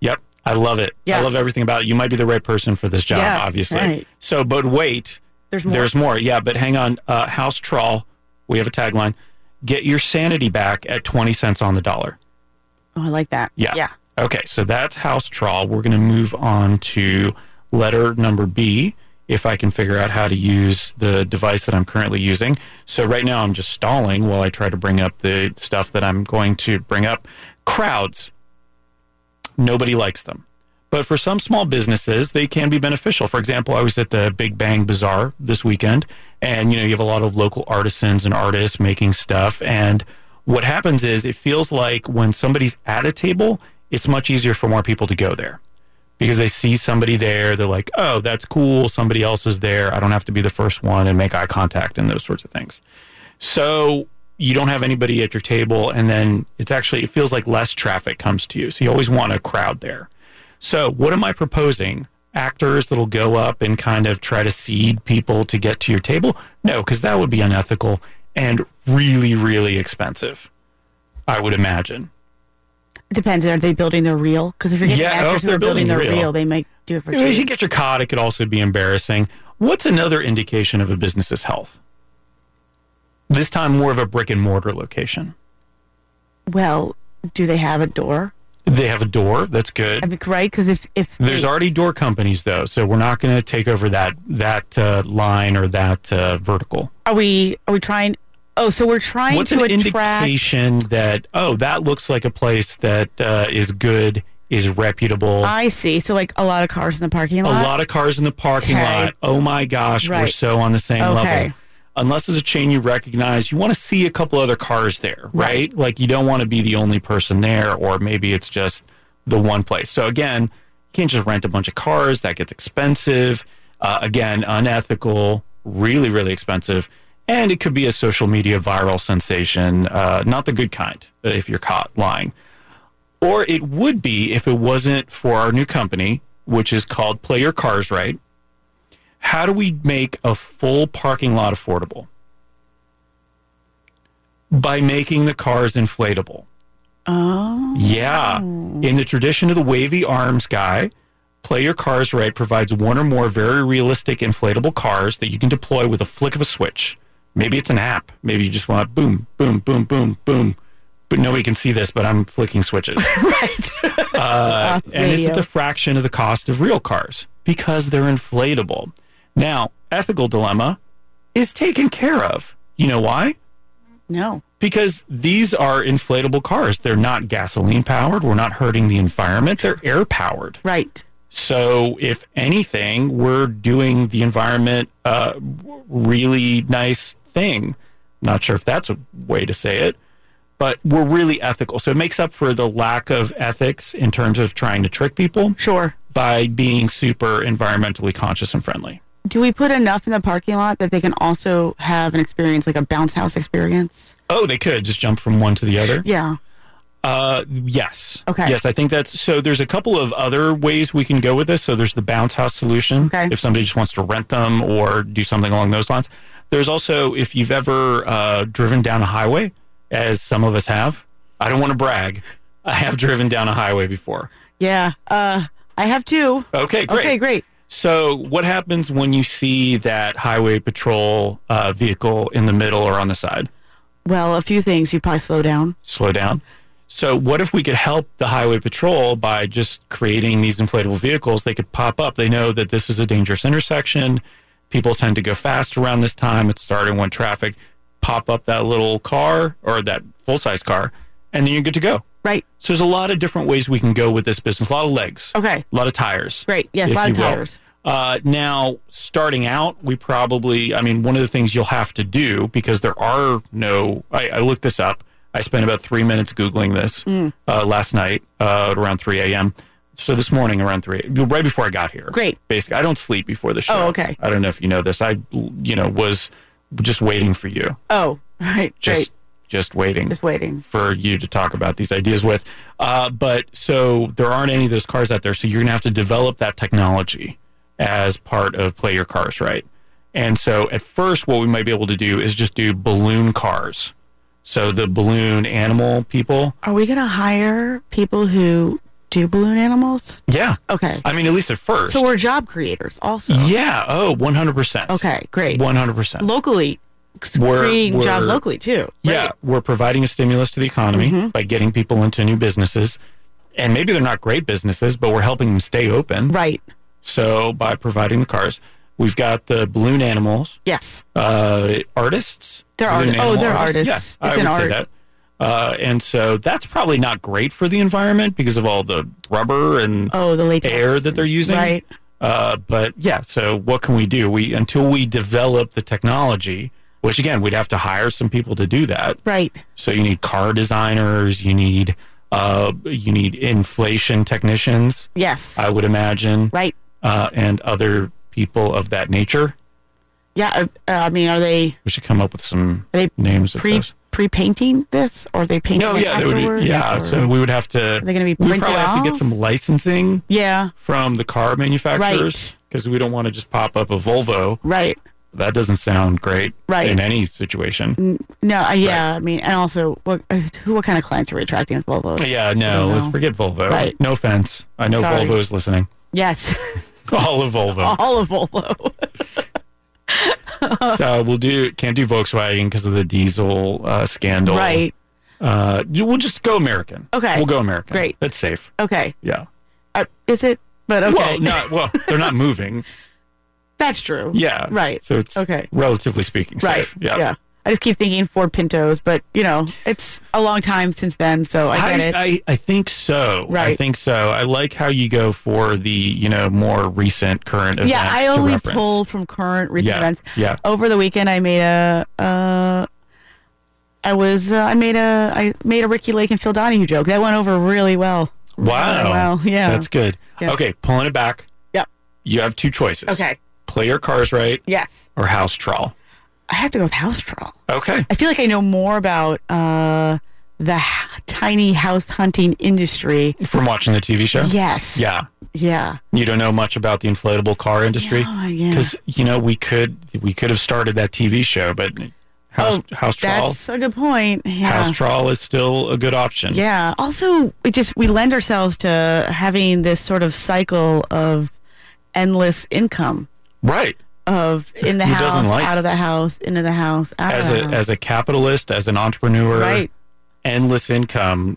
S2: Yep. I love it. I
S3: Yeah.
S2: love everything about it. You might be the right person for this job,
S3: Yeah,
S2: obviously.
S3: right.
S2: So, but wait,
S3: There's more.
S2: there's more. Yeah, but hang on. Uh, House Trawl, we have a tagline get your sanity back at 20 cents on the dollar.
S3: oh, I like that.
S2: Yeah.
S3: Yeah.
S2: Okay, so that's House Trawl. We're going to move on to letter number B if I can figure out how to use the device that I'm currently using. So right now I'm just stalling while I try to bring up the stuff that I'm going to bring up. Crowds. Nobody likes them. But for some small businesses, they can be beneficial. For example, I was at the Big Bang Bazaar this weekend, and you know, you have a lot of local artisans and artists making stuff. And what happens is it feels like when somebody's at a table, it's much easier for more people to go there because they see somebody there. They're like, oh, that's cool. Somebody else is there. I don't have to be the first one and make eye contact and those sorts of things. So you don't have anybody at your table, and then it's actually, it feels like less traffic comes to you. So you always want a crowd there. So what am I proposing? Actors that'll go up and kind of try to seed people to get to your table? No, because that would be unethical and really, really expensive, I would imagine.
S3: It depends. Are they building their reel? Because if you're getting
S2: Yeah, oh, if
S3: actors who
S2: they're
S3: are building their
S2: building the
S3: reel,
S2: reel.
S3: they might do it for
S2: If you
S3: cheap.
S2: get your caught, it could also be embarrassing. What's another indication of a business's health? This time, more of a brick and mortar location.
S3: Well, do they have a door?
S2: They have a door. That's
S3: I
S2: good.
S3: mean, right? Because if, if
S2: There's
S3: they-
S2: already door companies, though, so we're not going to take over that that uh, line or that uh, vertical.
S3: are we are we trying? Oh, so we're trying
S2: What's
S3: to
S2: an
S3: attract.
S2: indication that oh, that looks like a place that uh, is good, is reputable?
S3: I see. So like a lot of cars in the parking
S2: a
S3: lot.
S2: lot of cars in the parking
S3: Okay.
S2: lot. Oh my gosh, we're
S3: Right.
S2: so on the same
S3: Okay.
S2: level. Unless it's a chain you recognize, you want to see a couple other cars there, right? Like you don't want to be the only person there, or maybe it's just the one place. So again, you can't just rent a bunch of cars. That gets expensive. Uh, again, unethical, really, really expensive. And it could be a social media viral sensation, uh, not the good kind uh, if you're caught lying or it would be if it wasn't for our new company, which is called Play Your Cars Right. How do we make a full parking lot affordable? By making the cars inflatable.
S3: Oh,
S2: Yeah. In the tradition of the wavy arms guy, Play Your Cars Right provides one or more very realistic inflatable cars that you can deploy with a flick of a switch. Maybe it's an app. Maybe you just want boom, boom, boom, boom, boom. But nobody can see this, but I'm flicking switches.
S3: right.
S2: Uh, and it's
S3: radio.
S2: at the fraction of the cost of real cars because they're inflatable. Now, ethical dilemma is taken care of. You know why?
S3: no.
S2: Because these are inflatable cars. They're not gasoline powered. We're not hurting the environment. They're air powered.
S3: Right.
S2: So, if anything, we're doing the environment a really nice thing. Not sure if that's a way to say it, but we're really ethical. So, it makes up for the lack of ethics in terms of trying to trick people
S3: Sure.
S2: by being super environmentally conscious and friendly.
S3: Do we put enough in the parking lot that they can also have an experience like a bounce house experience?
S2: Oh, they could just jump from one to the other.
S3: Yeah.
S2: Uh, yes.
S3: Okay.
S2: Yes, I think that's so. There's a couple of other ways we can go with this. So there's the bounce house solution.
S3: Okay.
S2: If somebody just wants to rent them or do something along those lines. There's also if you've ever uh, driven down a highway, as some of us have. I don't want to brag. I have driven down a highway before.
S3: Yeah. Uh, I have two.
S2: Okay, great.
S3: Okay, great.
S2: So, what happens when you see that highway patrol uh, vehicle in the middle or on the side?
S3: Well, a few things. You probably slow down.
S2: slow down. So, what if we could help the highway patrol by just creating these inflatable vehicles? They could pop up. They know that this is a dangerous intersection. People tend to go fast around this time. It's starting when traffic. Pop up that little car or that full size car, and then you're good to go.
S3: Right.
S2: So, there's a lot of different ways we can go with this business. A lot of legs,
S3: Okay.
S2: a lot of tires.
S3: Great. Yes, a
S2: if
S3: lot of
S2: you will.
S3: tires.
S2: Uh, now, starting out, we probably, I mean, one of the things you'll have to do because there are no, I, I looked this up. I spent about three minutes Googling this
S3: Mm.
S2: uh, last night uh, at around 3 a.m. So this morning around 3, right before I got here.
S3: Great.
S2: Basically, I don't sleep before the show.
S3: Oh, okay.
S2: I don't know if you know this. I, you know, was just waiting for you.
S3: Oh, right.
S2: Just,
S3: Great.
S2: just waiting
S3: Just waiting.
S2: for you to talk about these ideas with. Uh, but so there aren't any of those cars out there. So you're going to have to develop that technology as part of Play Your Cars Right. And so at first, what we might be able to do is just do balloon cars. So the balloon animal people.
S3: Are we going to hire people who do balloon animals?
S2: Yeah.
S3: Okay.
S2: I mean, at least at first.
S3: So we're job creators also.
S2: yeah. Oh, 100%.
S3: Okay, great.
S2: 100%.
S3: Locally, c-
S2: We're-
S3: creating
S2: we're-
S3: jobs locally too.
S2: Yeah,
S3: Right.
S2: we're providing a stimulus to the economy
S3: Mm-hmm.
S2: by getting people into new businesses. And maybe they're not great businesses, but we're helping them stay open.
S3: Right.
S2: So by providing the cars, we've got the balloon animals,
S3: Yes.
S2: uh, artists.
S3: They're
S2: Balloon
S3: arti- oh,
S2: animal
S3: they're artists.
S2: Yes,
S3: It's
S2: I
S3: an
S2: would say
S3: art.
S2: that. Uh, and so that's probably not great for the environment because of all the rubber and
S3: Oh, the latex.
S2: air that they're using.
S3: Right.
S2: Uh, but yeah, so what can we do? We until we develop the technology, which again we'd have to hire some people to do that.
S3: Right.
S2: So you need car designers, you need uh, you need inflation technicians,
S3: Yes.
S2: I would imagine,
S3: right.
S2: uh, and other people of that nature.
S3: Yeah. Uh, uh, I mean, are they
S2: We should come up with some
S3: are they
S2: names of
S3: pre
S2: those.
S3: pre painting this, or are they painting?
S2: No,
S3: it
S2: yeah, that would
S3: afterwards,
S2: be, yeah.
S3: or-
S2: So we would have to.
S3: they gonna be
S2: We
S3: printed
S2: probably have to get
S3: off?
S2: some licensing
S3: yeah.
S2: from the car manufacturers because we don't want to just pop up a Volvo.
S3: Right.
S2: That doesn't sound great
S3: Right.
S2: in any situation.
S3: No. Uh, yeah. I mean, and also, what uh, who? What kind of clients are we attracting with Volvo?
S2: Yeah, no,
S3: don't
S2: let's
S3: know.
S2: forget Volvo.
S3: Right.
S2: No offense. I know
S3: Sorry.
S2: Volvo is listening.
S3: Yes.
S2: All of Volvo.
S3: All of Volvo.
S2: so we'll do can't do Volkswagen because of the diesel uh, scandal.
S3: Right.
S2: Uh, you- we'll just go American.
S3: Okay.
S2: We'll go American.
S3: Great.
S2: That's safe.
S3: Okay.
S2: Yeah.
S3: Uh, is it? But okay.
S2: Well, not well. They're not moving.
S3: That's true.
S2: Yeah.
S3: Right.
S2: So it's
S3: Okay.
S2: Relatively speaking,
S3: Right.
S2: safe. Yeah.
S3: yeah. I just keep thinking Ford Pintos, but you know, it's a long time since then, so I get
S2: I,
S3: it.
S2: I, I think so. I
S3: Right.
S2: think so. I like how you go for the you know more recent current events.
S3: yeah, I
S2: to
S3: only
S2: reference.
S3: pull from current recent
S2: Yeah,
S3: events.
S2: yeah.
S3: Over the weekend, I made a. Uh, I was. Uh, I made a. I made a Ricky Lake and Phil Donahue joke. That went over really well. Really
S2: Wow.
S3: well, yeah.
S2: That's good.
S3: Yeah.
S2: Okay, pulling it back.
S3: Yep.
S2: You have two choices.
S3: Okay.
S2: Play your cars right
S3: Yes.
S2: or house trawl.
S3: I have to go with house trawl.
S2: Okay.
S3: I feel like I know more about uh, the h- tiny house hunting industry.
S2: From watching the TV show.
S3: Yes.
S2: Yeah.
S3: Yeah.
S2: You don't know much about the inflatable car industry
S3: Oh, yeah.
S2: because you know we could we could have started that TV show, but house house trawl
S3: Oh, That's a good point. Yeah.
S2: house trawl is still a good option.
S3: Yeah. Also, we just we lend ourselves to having this sort of cycle of endless income
S2: Right.
S3: of in the
S2: Who doesn't
S3: house,
S2: like-
S3: out of the house, into the house, out
S2: As
S3: of the
S2: a
S3: house.
S2: as a capitalist, as an entrepreneur,
S3: right.
S2: endless income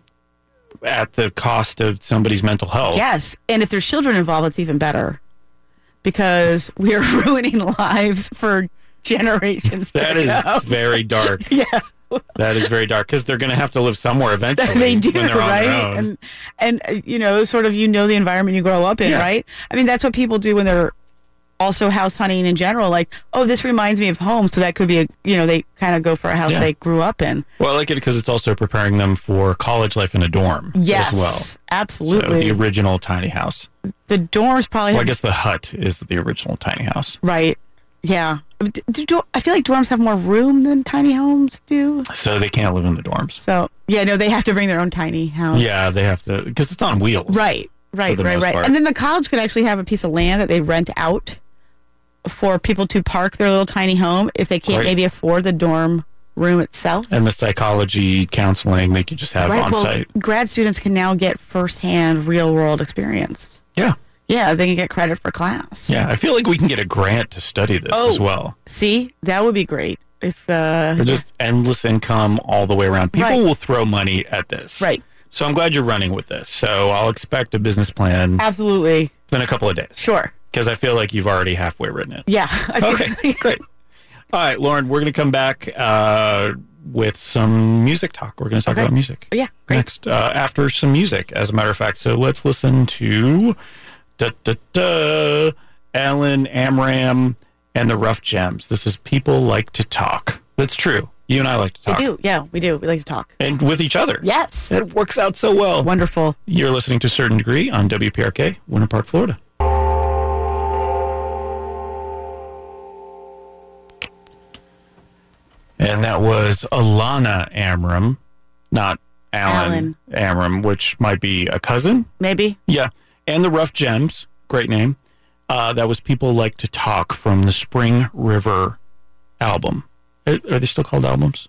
S2: at the cost of somebody's mental health.
S3: Yes. And if there's children involved, it's even better because we are ruining lives for generations
S2: That
S3: to
S2: is
S3: come.
S2: very dark.
S3: Yeah.
S2: That is very dark because they're going to have to live somewhere eventually.
S3: they do
S2: when they're on
S3: right
S2: Their own.
S3: and and uh, you know sort of you know the environment you grow up in
S2: Yeah.
S3: right i mean that's what people do when they're also house hunting in general like oh this reminds me of home so that could be a you know they kind of go for a house
S2: Yeah.
S3: they grew up in
S2: well, I like it because it's also preparing them for college life in a dorm
S3: yes
S2: as well.
S3: absolutely
S2: So the
S3: the,
S2: original tiny house.
S3: dorms probably
S2: Well, I
S3: have-
S2: guess the hut is the original tiny house.
S3: right yeah d- do, do, I feel like dorms have more room than tiny homes do.
S2: So they can't live in the dorms.
S3: So yeah, no, they have to bring their own tiny house.
S2: Yeah, they have to because it's on wheels.
S3: Right, right,
S2: the
S3: right,
S2: most
S3: right.
S2: part.
S3: And then the college could actually have a piece of land that they rent out for people to park their little tiny home if they can't
S2: Right.
S3: maybe afford the dorm room itself.
S2: And the psychology counseling they could just have
S3: right.
S2: on
S3: well,
S2: site.
S3: grad students can now get firsthand real world experience.
S2: Yeah.
S3: Yeah, they can get credit for class.
S2: Yeah. I feel like we can get a grant to study this as
S3: Oh.
S2: well.
S3: See, that would be great if uh,
S2: Or just endless income all the way around. People
S3: Right.
S2: will throw money at this.
S3: Right.
S2: So I'm glad you're running with this. So I'll expect a business plan
S3: absolutely
S2: within a couple of days
S3: sure.
S2: because I feel like you've already halfway written it.
S3: Yeah. I feel-
S2: Okay, great. All right, Lauren, we're going to come back uh, with some music talk. We're going to talk
S3: Okay.
S2: about music
S3: Yeah.
S2: next uh, after some music, as a matter of fact. So let's listen to da, da, da, Alan Amram and the Rough Gems. This is People Like to Talk. That's true. You and I like to
S3: We
S2: talk.
S3: do. Yeah, we do. We like to talk.
S2: And with each other.
S3: Yes.
S2: It works out so well.
S3: Wonderful.
S2: You're listening to Certain Degree on WPRK, Winter Park, Florida. And that was Alana Amram, not Alan, Amram, which might be a cousin.
S3: Maybe.
S2: Yeah. And the Rough Gems, great name. Uh, that was People Like to Talk from the Spring River album. Are are they still called albums?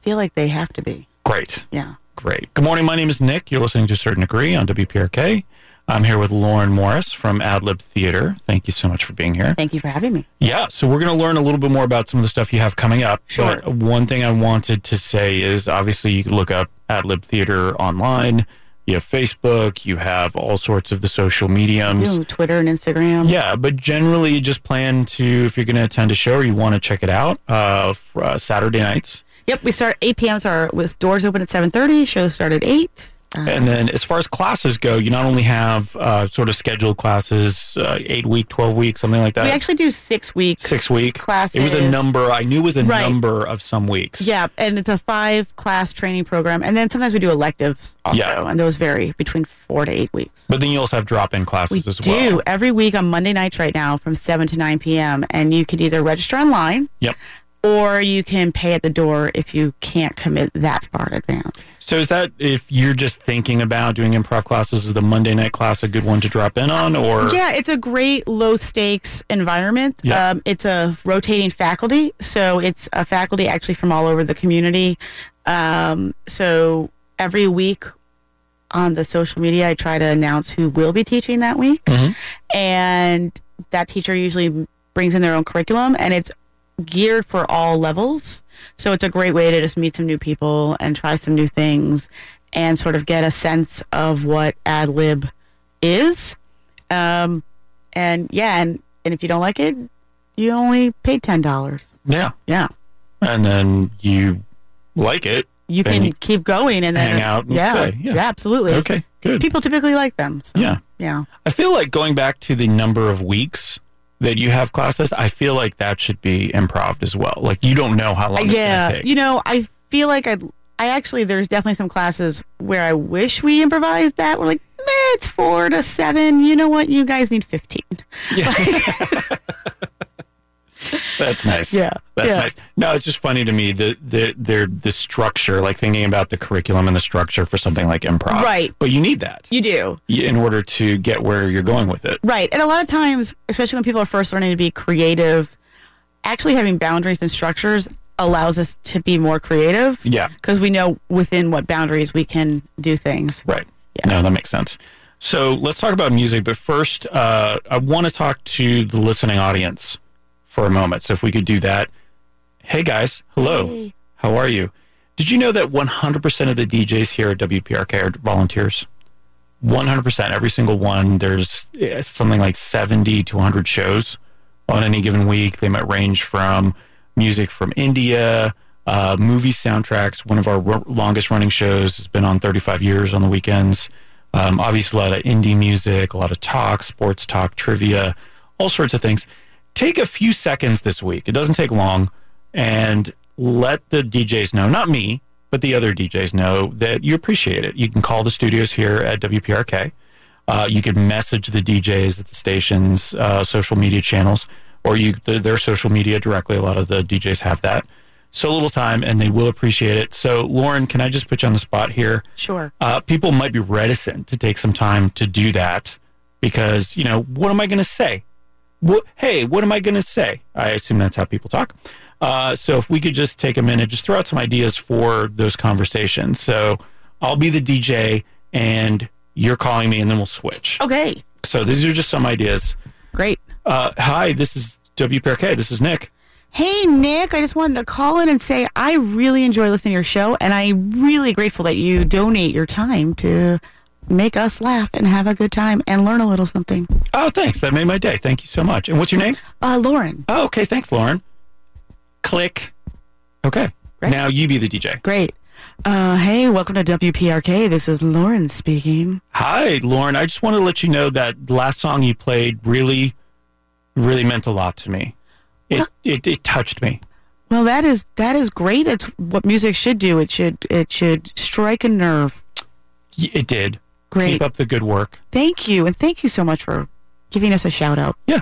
S3: I feel like they have to be.
S2: Great.
S3: Yeah.
S2: Great. Good morning. My name is Nick. You're listening to Certain Degree on WPRK. I'm here with Lauren Morris from Adlib Theater. Thank you so much for being here.
S3: Thank you for having me.
S2: Yeah, so we're going to learn a little bit more about some of the stuff you have coming up.
S3: Sure.
S2: But one thing I wanted to say is obviously you can look up Adlib Theater online. You have Facebook, you have all sorts of the social mediums.
S3: Do Twitter and Instagram.
S2: Yeah, but generally you just plan to, if you're going to attend a show or you want to check it out, uh, for, uh, Saturday nights.
S3: Yep. We start 8 p.m. So our with doors open at 7:30. Shows start at 8. Uh,
S2: And then, as far as classes go, you not only have uh, sort of scheduled classes, uh, eight week, twelve week, something like that,
S3: we actually do six weeks.
S2: six week
S3: classes.
S2: It was a number I knew it was a
S3: Right.
S2: number of some weeks.
S3: Yeah, and it's a five class training program, and then sometimes we do electives also,
S2: Yeah.
S3: and those vary between four to eight weeks.
S2: But then you also have drop in
S3: We
S2: classes as
S3: do
S2: well.
S3: every week on Monday nights right now from seven to nine p.m. And you can either register online,
S2: Yep.
S3: or you can pay at the door if you can't commit that far in advance.
S2: So is that if you're just thinking about doing improv classes, is the Monday night class a good one to drop in on, or
S3: Yeah, it's a great low stakes environment.
S2: Yeah.
S3: Um, it's a rotating faculty, so it's a faculty actually from all over the community. Um, so every week on the social media, I try to announce who will be teaching that week,
S2: Mhm.
S3: and that teacher usually brings in their own curriculum, and it's geared for all levels. So it's a great way to just meet some new people and try some new things, and sort of get a sense of what ad lib is. Um, and yeah, and, and if you don't like it, you only pay ten dollars.
S2: yeah,
S3: Yeah,
S2: and then you like it,
S3: you
S2: Then
S3: can
S2: you
S3: keep going and then
S2: hang out and
S3: yeah,
S2: stay. Yeah.
S3: yeah, absolutely.
S2: okay, good,
S3: People typically like them. So,
S2: yeah.
S3: yeah.
S2: I feel like going back to the number of weeks that you have classes, I feel like that should be improv as well. Like you don't know how long it's
S3: yeah
S2: going to take.
S3: you know i feel like i i actually there's definitely some classes where i wish we improvised that we're like "Meh, it's four to seven you know what you guys need 15
S2: That's nice.
S3: Yeah,
S2: That's
S3: yeah.
S2: nice. No, it's just funny to me the the their the structure, like thinking about the curriculum and the structure for something like improv.
S3: Right.
S2: But you need that
S3: you do
S2: in order to get where you're going with it.
S3: right and a lot of times especially when people are first learning to be creative actually having boundaries and structures allows us to be more creative
S2: Yeah.
S3: because we know within what boundaries we can do things
S2: Right.
S3: Yeah.
S2: No, that makes sense. So let's talk about music, but first, uh, I want to talk to the listening audience for a moment. So if we could do that. Hey guys, hello.
S3: Hey.
S2: How are you? Did you know that 100% of the DJs here at WPRK are volunteers? 100%, every single one. There's eh, something like 70 to 100 shows on any given week. They might range from music from India, uh, movie soundtracks. One of our ro- longest running shows has been on 35 years on the weekends. Um, obviously, a lot of indie music, a lot of talk, sports talk, trivia, all sorts of things. Take a few seconds this week. It doesn't take long. And let the DJs know, not me, but the other DJs know that you appreciate it. You can call the studios here at WPRK. Uh, you can message the DJs at the station's uh, social media channels. or you th- their social media directly. A lot of the DJs have that. So little time, and they will appreciate it. So, Lauren, can I just put you on the spot here?
S3: Sure.
S2: Uh, people might be reticent to take some time to do that because you know what am I going to say? What, hey, what am I going to say? I assume that's how people talk. Uh, so if we could just take a minute, just throw out some ideas for those conversations. So I'll be the DJ, and you're calling me, and then we'll switch.
S3: Okay.
S2: So these are just some ideas.
S3: Great.
S2: Uh, hi, this is WPRK. This is Nick.
S3: Hey, Nick, I just wanted to call in and say I really enjoy listening to your show, and I'm really grateful that you donate your time to make us laugh and have a good time and learn a little something.
S2: Oh, thanks. That made my day. Thank you so much. And what's your name?
S3: Uh, Lauren,
S2: Oh, okay. Thanks, Lauren. Click. Okay.
S3: Right.
S2: Now you be the DJ.
S3: great. Uh, hey, welcome to WPRK. This is Lauren speaking.
S2: Hi, Lauren. I just want to let you know that the last song you played really, really meant a lot to me. It, it, it touched me.
S3: Well, that is that is great. It's what music should do. It should it should strike a nerve.
S2: Y- It did.
S3: Great.
S2: Keep up the good work.
S3: Thank you, and thank you so much for giving us a shout out.
S2: Yeah.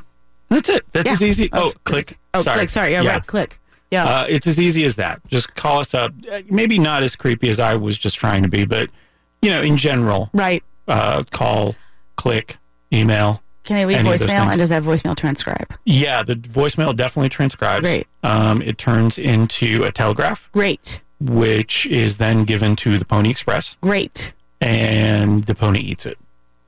S2: That's it. That's
S3: Yeah.
S2: as easy.
S3: That
S2: Oh,
S3: was-
S2: click.
S3: Oh,
S2: sorry.
S3: click. Sorry. Yeah, right. Click. Yeah.
S2: Uh, it's as easy as that. Just call us up. Uh, Maybe not as creepy as I was just trying to be, but you know, in general,
S3: right.
S2: uh, call, click, email.
S3: Can I leave
S2: any of those
S3: voicemail?
S2: things.
S3: And does that voicemail transcribe?
S2: Yeah, the voicemail definitely transcribes.
S3: Great.
S2: Um, it turns into a telegraph,
S3: Great.
S2: which is then given to the Pony Express,
S3: Great.
S2: and the pony eats it.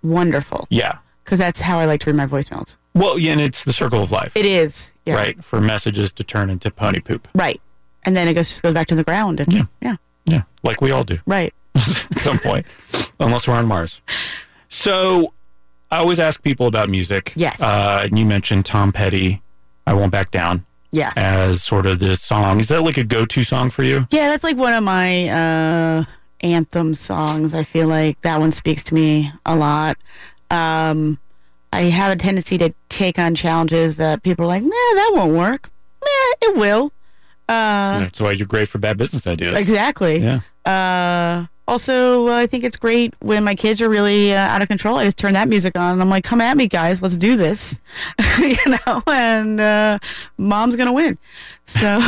S3: Wonderful.
S2: Yeah.
S3: Because that's how I like to read my voicemails.
S2: Well, yeah, and it's the circle of life,
S3: It is. Yeah.
S2: right? For messages to turn into pony poop.
S3: Right. And then it goes just goes back to the ground. And,
S2: Yeah.
S3: Yeah.
S2: Yeah, like we all do.
S3: Right.
S2: at some point, unless we're on Mars. So I always ask people about music.
S3: Yes.
S2: Uh, and you mentioned Tom Petty, I Won't Back Down,
S3: Yes.
S2: as sort of the song. Is that like a go to song for you?
S3: yeah, that's like one of my uh, anthem songs. I feel like that one speaks to me a lot. Um, I have a tendency to take on challenges that people are like, nah, that won't work. Nah, it will. Uh,
S2: That's why you're great for bad business ideas.
S3: Exactly.
S2: Yeah.
S3: Uh, also, uh, I think it's great when my kids are really uh, out of control. I just turn that music on and I'm like, come at me, guys. Let's do this. you know, and uh, mom's going to win. So,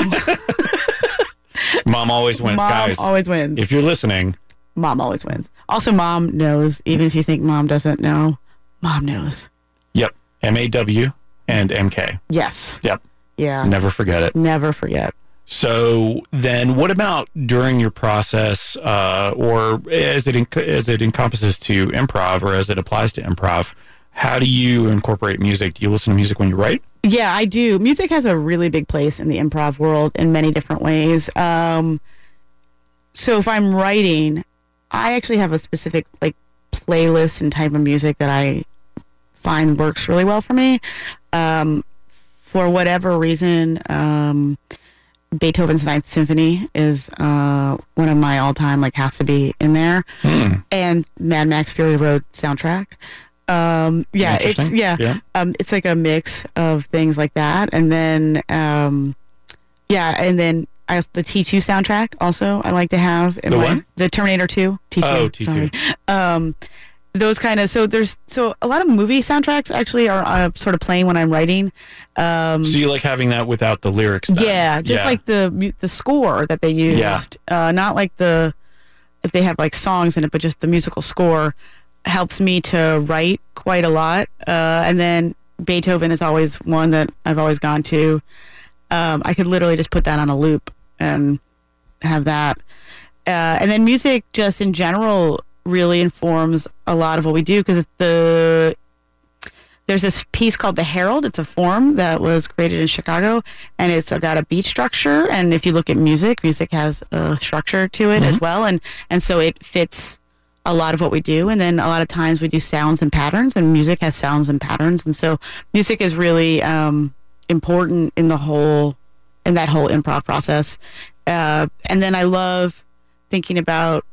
S2: Mom always went,
S3: mom
S2: guys,
S3: always wins.
S2: if you're listening,
S3: mom always wins. Also, mom knows, even if you think mom doesn't know, mom knows.
S2: yep, M A W and M K.
S3: Yes.
S2: Yep.
S3: Yeah.
S2: Never forget it.
S3: Never forget.
S2: So then, what about during your process, uh, or as it enc- as it encompasses to improv, or as it applies to improv? How do you incorporate music? Do you listen to music when you write?
S3: Yeah, I do. Music has a really big place in the improv world in many different ways. Um, so if I'm writing, I actually have a specific like playlist and type of music that I find works really well for me. Um, for whatever reason, um, Beethoven's Ninth Symphony is uh, one of my all-time like has to be in there, and Mad Max Fury Road soundtrack. Um, yeah, it's
S2: Interesting.
S3: yeah
S2: yeah.
S3: um, it's like a mix of things like that, and then um, yeah, and then I also, the T two soundtrack also I like to have in
S2: The
S3: my
S2: what?
S3: the Terminator two T two
S2: Oh, T2.
S3: um, those kind of so there's so a lot of movie soundtracks actually are uh, sort of playing when I'm writing. Um,
S2: So you like having that without the lyrics? then?
S3: yeah, just
S2: Yeah.
S3: like the mu- the score that they
S2: Yeah.
S3: used, uh, not like the if they have like songs in it, but just the musical score helps me to write quite a lot. Uh, and then Beethoven is always one that I've always gone to. Um, I could literally just put that on a loop and have that. Uh, and then music, just in general, really informs a lot of what we do because the there's this piece called the Herald. It's a form that was created in Chicago, and it's got a beat structure. And if you look at music, music has a structure to it as well, and and so it fits a lot of what we do. And then a lot of times we do sounds and patterns, and music has sounds and patterns, and so music is really um, important in the whole in that whole improv process. Uh, and then I love thinking about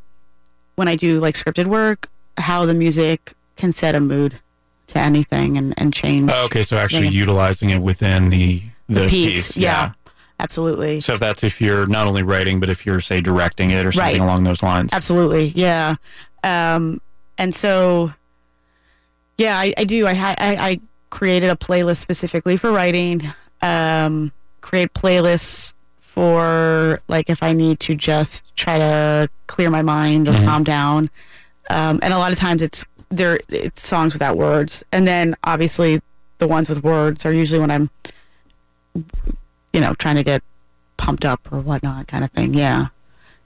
S3: when I do like scripted work, how the music can set a mood to anything and, and change
S2: Oh, okay, so actually
S3: Yeah.
S2: utilizing it within the the,
S3: the piece.
S2: yeah.
S3: yeah. absolutely.
S2: So if that's if you're not only writing, but if you're say directing it or something
S3: Right.
S2: along those lines.
S3: Absolutely, yeah. Um, and so, yeah, I, I do. I, ha- I I created a playlist specifically for writing. Um, create playlists for like if I need to just try to clear my mind or
S2: Mhm.
S3: calm down. Um, and a lot of times it's there it's songs without words, and then obviously the ones with words are usually when I'm, you know, trying to get pumped up or whatnot, kind of thing. Yeah.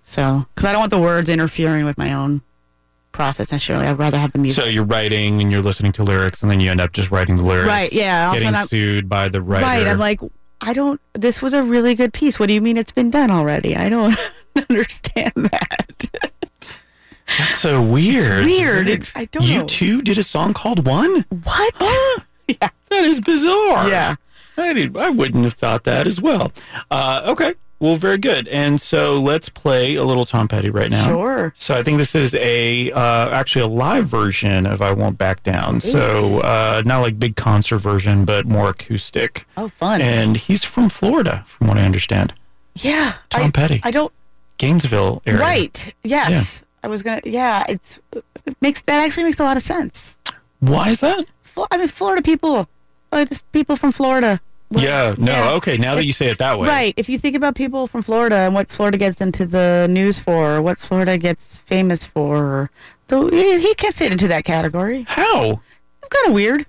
S3: So, because I don't want the words interfering with my own process necessarily. I'd rather have the music.
S2: So you're writing and you're listening to lyrics, and then you end up just writing the lyrics.
S3: Right, yeah, also
S2: Getting
S3: not-
S2: sued by the writer.
S3: Right. I'm like, I don't. This was a really good piece. What do you mean it's been done already? I don't understand that.
S2: That's so weird.
S3: weird. It's- I don't
S2: You
S3: know.
S2: two did a song called One?
S3: What?
S2: Huh?
S3: Yeah.
S2: That is bizarre.
S3: Yeah.
S2: I, did, I wouldn't have thought that as well. Uh, okay. Well, very good. And so let's play a little Tom Petty right now.
S3: Sure.
S2: So I think this is a uh, actually a live version of "I Won't Back Down." So uh, not like big concert version, but more acoustic.
S3: Oh, fun.
S2: And he's from Florida, from what I understand.
S3: yeah.
S2: Tom
S3: I,
S2: Petty,
S3: I don't.
S2: Gainesville area.
S3: Right. Yes. I was gonna. Yeah. It's it makes that actually makes a lot of sense.
S2: Why is that?
S3: Flo- I mean, Florida people. uh, Just people from Florida. Well,
S2: yeah. No.
S3: yeah.
S2: Okay. Now that you say it that way.
S3: Right. If you think about people from Florida and what Florida gets into the news for, or what Florida gets famous for, though he he can fit into that category.
S2: How?
S3: Kind of weird.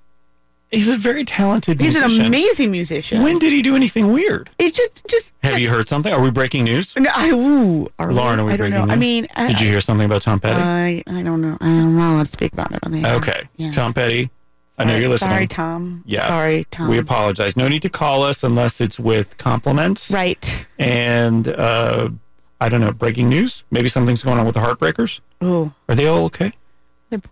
S2: He's a very talented
S3: He's
S2: musician.
S3: an amazing musician.
S2: When did he do anything weird?
S3: It's just, just.
S2: Have you
S3: just-
S2: heard something? Are we breaking news?
S3: No, I, ooh, are
S2: Lauren, are we
S3: I don't
S2: breaking
S3: know. I
S2: news?
S3: mean, I,
S2: Did you hear something about Tom Petty?
S3: I, I don't know. I'm not allowed to speak about it on the air.
S2: okay.
S3: Uh, yeah.
S2: Tom Petty. I know
S3: Sorry-
S2: you're listening.
S3: Sorry, Tom.
S2: Yeah.
S3: Sorry, Tom.
S2: We apologize. No need to call us unless it's with compliments.
S3: Right.
S2: And uh, I don't know, breaking news? Maybe something's going on with the Heartbreakers?
S3: Ooh.
S2: Are they all okay?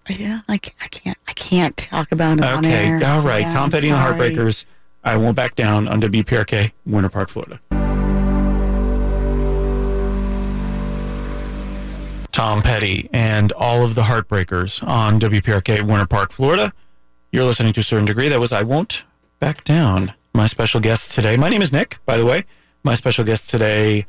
S3: Yeah. I can't. I can't. I can't talk about it on
S2: okay.
S3: air.
S2: All right.
S3: Yeah,
S2: Tom
S3: I'm
S2: Petty
S3: sorry.
S2: and the Heartbreakers. I won't back down on WPRK, Winter Park, Florida. Tom Petty and all of the Heartbreakers on WPRK, Winter Park, Florida. You're listening to a certain degree. That was I Won't Back Down. My special guest today, my name is Nick, by the way. My special guest today,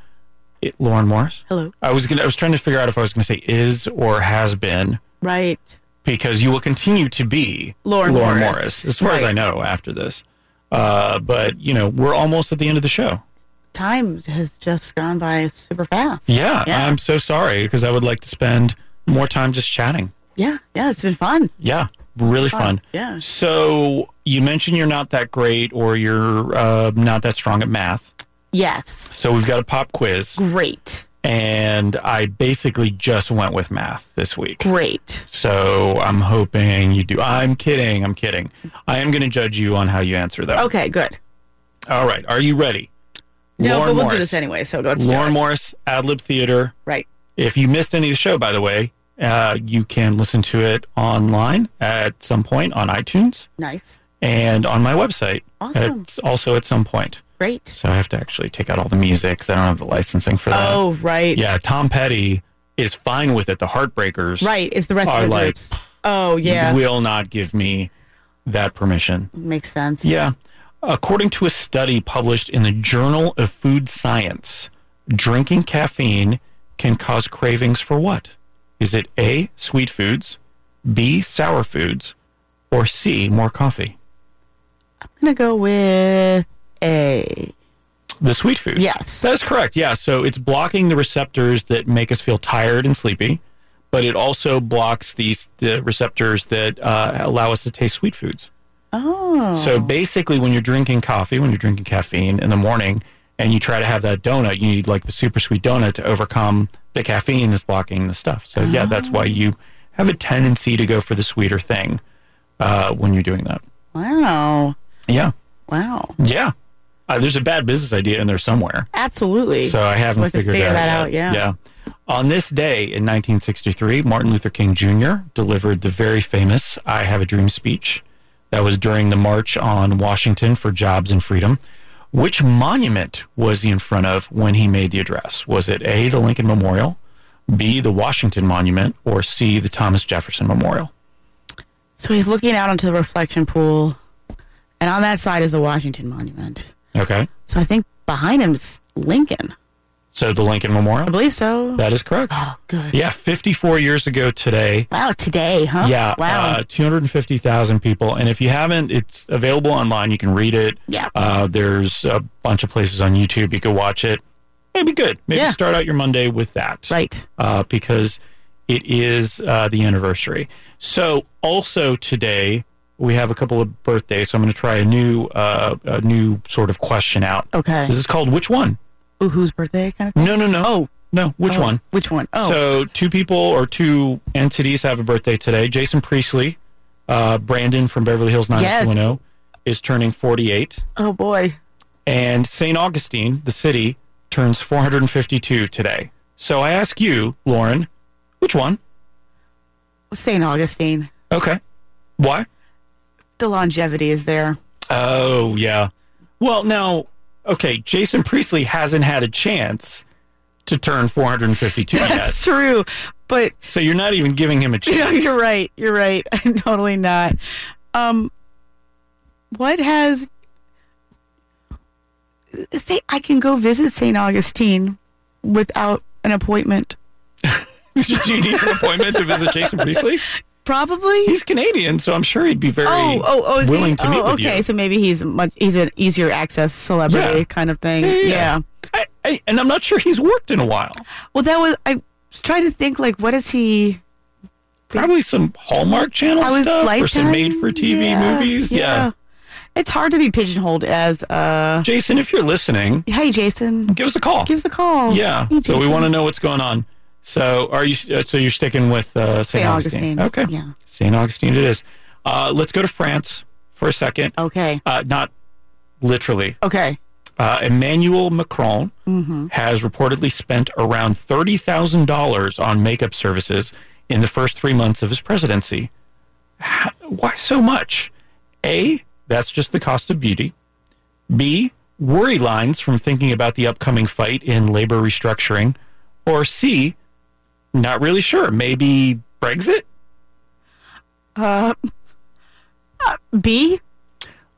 S2: it, Lauren Morris.
S3: Hello.
S2: I was gonna, I was trying to figure out if I was going to say is or has been
S3: Right.
S2: because you will continue to be
S3: Lauren Morris.
S2: as far as
S3: Right.
S2: I know, after this. Uh, but you know, we're almost at the end of the show.
S3: Time has just gone by super fast.
S2: Yeah, uh,
S3: Yeah.
S2: I'm so sorry because I would like to spend more time just chatting.
S3: Yeah. Yeah. It's been fun.
S2: Yeah, really fun.
S3: Oh, Yeah.
S2: So you mentioned you're not that great or you're uh, not that strong at math.
S3: Yes.
S2: So we've got a pop quiz,
S3: Great.
S2: and I basically just went with math this week.
S3: Great.
S2: So I'm hoping you do. I'm kidding. I'm kidding. I am going to judge you on how you answer though.
S3: Okay. Good.
S2: All right. Are you ready?
S3: No,
S2: Lauren
S3: but we'll
S2: Morris.
S3: do this anyway. So let's do
S2: Lauren
S3: it.
S2: Morris, Adlib Theater.
S3: Right.
S2: If you missed any of the show, by the way, uh, you can listen to it online at some point on iTunes
S3: Nice.
S2: and on my website.
S3: Awesome.
S2: It's also at some point.
S3: Great.
S2: So I have to actually take out all the music 'cause I don't have the licensing for that.
S3: oh, right.
S2: Yeah, Tom Petty is fine with it. The Heartbreakers
S3: Right. It's the rest
S2: Are
S3: of the
S2: like-
S3: groups. Oh, yeah.
S2: will not give me that permission.
S3: Makes sense.
S2: Yeah. According to a study published in the Journal of Food Science, drinking caffeine can cause cravings for what? Is it A, sweet foods, B, sour foods, or C, more coffee?
S3: I'm going to go with A.
S2: The sweet foods.
S3: Yes.
S2: That's correct. Yeah. So it's blocking the receptors that make us feel tired and sleepy, but it also blocks these the receptors that uh, allow us to taste sweet foods.
S3: Oh.
S2: So basically, when you're drinking coffee, when you're drinking caffeine in the morning, and you try to have that donut, you need like the super sweet donut to overcome the caffeine that's blocking the stuff. So yeah, that's why you have a tendency to go for the sweeter thing uh, when you're doing that.
S3: Wow.
S2: Yeah,
S3: Wow.
S2: yeah. Uh, there's a bad business idea in there somewhere.
S3: Absolutely.
S2: So I haven't
S3: We'll have to
S2: figured
S3: figure
S2: that
S3: that
S2: out.
S3: out,
S2: yet.
S3: yeah.
S2: Yeah. On this day in 1963, Martin Luther King Jr. delivered the very famous I Have a Dream speech. That was during the March on Washington for Jobs and Freedom. Which monument was he in front of when he made the address? Was it A, the Lincoln Memorial, B, the Washington Monument, or C, the Thomas Jefferson Memorial?
S3: so he's looking out onto the reflection pool, and on that side is the Washington Monument.
S2: Okay.
S3: So I think behind him is Lincoln.
S2: So the Lincoln
S3: I
S2: Memorial.
S3: believe so.
S2: That is correct.
S3: Oh, good.
S2: Yeah, 54 years ago today.
S3: Wow, today, huh?
S2: Yeah,
S3: Wow.
S2: uh, 250,000 people. And if you haven't, it's available online. You can read it.
S3: yeah.
S2: Uh, there's a bunch of places on YouTube you could watch it. It'd be good. Maybe
S3: Yeah.
S2: start out your Monday with that.
S3: right.
S2: Uh, because it is uh, the anniversary. So also today we have a couple of birthdays. So I'm going to try a new uh, a new sort of question out.
S3: Okay.
S2: This is called which one?
S3: Ooh, whose birthday kind of thing?
S2: No, no, no.
S3: Oh.
S2: no. Which
S3: Oh,
S2: one?
S3: Which one? Oh.
S2: So two people or two entities have a birthday today. Jason Priestley, uh, Brandon from Beverly Hills 90210 oh, is turning 48.
S3: oh, boy.
S2: and St. Augustine, the city, turns 452 today. So I ask you, Lauren, which one?
S3: St. Augustine.
S2: Okay. Why?
S3: The longevity is there.
S2: Oh, yeah. Well, now, okay, Jason Priestley hasn't had a chance to turn 452 yet.
S3: That's true. But
S2: So you're not even giving him a chance.
S3: no, you're right. You're right. I'm totally not. Um, what has. Say, I can go visit St. Augustine without an appointment.
S2: Did you need an appointment to visit Jason Priestley?
S3: Probably.
S2: He's Canadian, so I'm sure he'd be very
S3: Oh, oh, oh! Is
S2: willing
S3: he?
S2: to
S3: oh,
S2: meet with
S3: okay.
S2: you.
S3: So maybe he's much. He's an easier access celebrity
S2: Yeah.
S3: kind of thing.
S2: Yeah,
S3: Yeah,
S2: yeah, yeah. I, I, and I'm not sure he's worked in a while.
S3: Well, that was. I was trying to think. Like, what is he?
S2: probably some Hallmark Channel
S3: I was
S2: stuff
S3: lifetime.
S2: or some made for TV
S3: Yeah,
S2: movies. Yeah.
S3: It's hard to be pigeonholed as. uh
S2: Jason, if you're listening,
S3: Hey, Jason.
S2: give us a call.
S3: Give us a call.
S2: yeah.
S3: Hey,
S2: So we
S3: Jason.
S2: want to know what's going on. So are you? Uh, so you're sticking with uh, Saint
S3: St.
S2: Augustine.
S3: Augustine.
S2: Okay.
S3: Yeah.
S2: Saint Augustine. It is. Uh, let's go to France for a second.
S3: Okay.
S2: Uh, not literally.
S3: Okay.
S2: Uh, Emmanuel Macron has reportedly spent around thirty thousand dollars on makeup services in the first three months of his presidency. How- why so much? A, that's just the cost of beauty. B, worry lines from thinking about the upcoming fight in labor restructuring. Or C, not really sure. Maybe Brexit.
S3: B.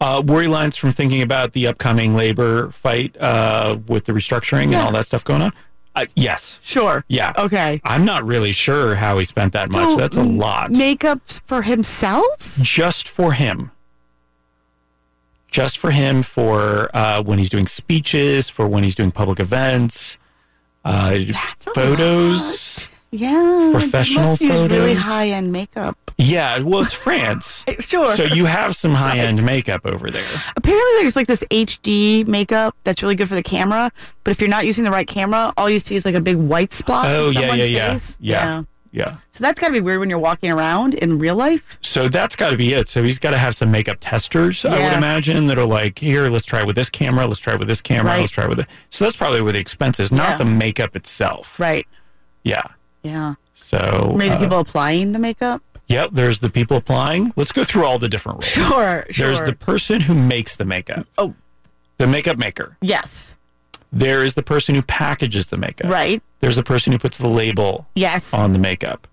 S2: Uh, worry lines from thinking about the upcoming labor fight uh, with the restructuring and all that stuff going on. Uh, yes.
S3: Sure.
S2: Yeah.
S3: Okay.
S2: I'm not really sure how he spent that much.
S3: So,
S2: That's a lot.
S3: Makeup for himself.
S2: Just for him. Just for him for uh, when he's doing speeches, for when he's doing public events, uh, photos.
S3: Yeah.
S2: Professional
S3: they must Use really
S2: photos.
S3: high end makeup.
S2: Yeah, well, it's France.
S3: Sure.
S2: so you have some high end makeup over there.
S3: Apparently, there's like this HD makeup that's really good for the camera, but if you're not using the right camera, all you see is like a big white spot.
S2: Oh,
S3: in
S2: yeah, yeah,
S3: someone's
S2: yeah.
S3: face.
S2: Yeah. Yeah.
S3: So that's got to be weird when you're walking around in real life.
S2: So that's got to be it. So he's got to have some makeup testers, I would
S3: Yeah.
S2: imagine, that are like, here, let's try with this camera, let's try with this camera,
S3: Right.
S2: let's try with it. So that's probably where the expense is, not
S3: Yeah.
S2: the makeup itself.
S3: Right.
S2: Yeah.
S3: Yeah.
S2: So,
S3: Maybe
S2: uh,
S3: the people applying the makeup.
S2: yep, there's the people applying. Let's go through all the different roles.
S3: Sure.
S2: There's the person who makes the makeup.
S3: Oh.
S2: The makeup maker.
S3: yes.
S2: There is the person who packages the makeup.
S3: Right.
S2: There's the person who puts the label
S3: Yes.
S2: on the makeup.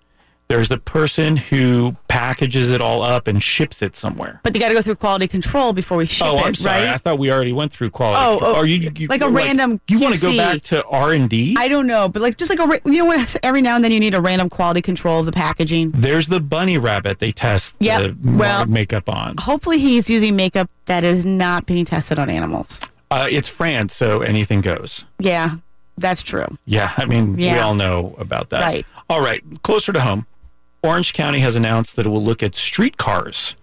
S2: There's the person who packages it all up and ships it somewhere.
S3: but they got to go through quality control before we ship
S2: Oh,
S3: it,
S2: I'm sorry. I
S3: right?
S2: thought we already went through quality.
S3: Oh,
S2: control.
S3: oh,
S2: Are you, you
S3: like a random
S2: You want to go
S3: QC.
S2: back to R and D?
S3: I don't know, but like just like a ra- you know what? Every now and then you need a random quality control of the packaging.
S2: There's the bunny rabbit they test
S3: Yep,
S2: the
S3: well-
S2: makeup on.
S3: Hopefully, he's using makeup that is not being tested on animals.
S2: Uh, it's France, so anything goes.
S3: Yeah, that's true.
S2: Yeah, I mean, we
S3: Yeah.
S2: all know about that.
S3: Right.
S2: All right, closer to home, Orange County has announced that it will look at streetcars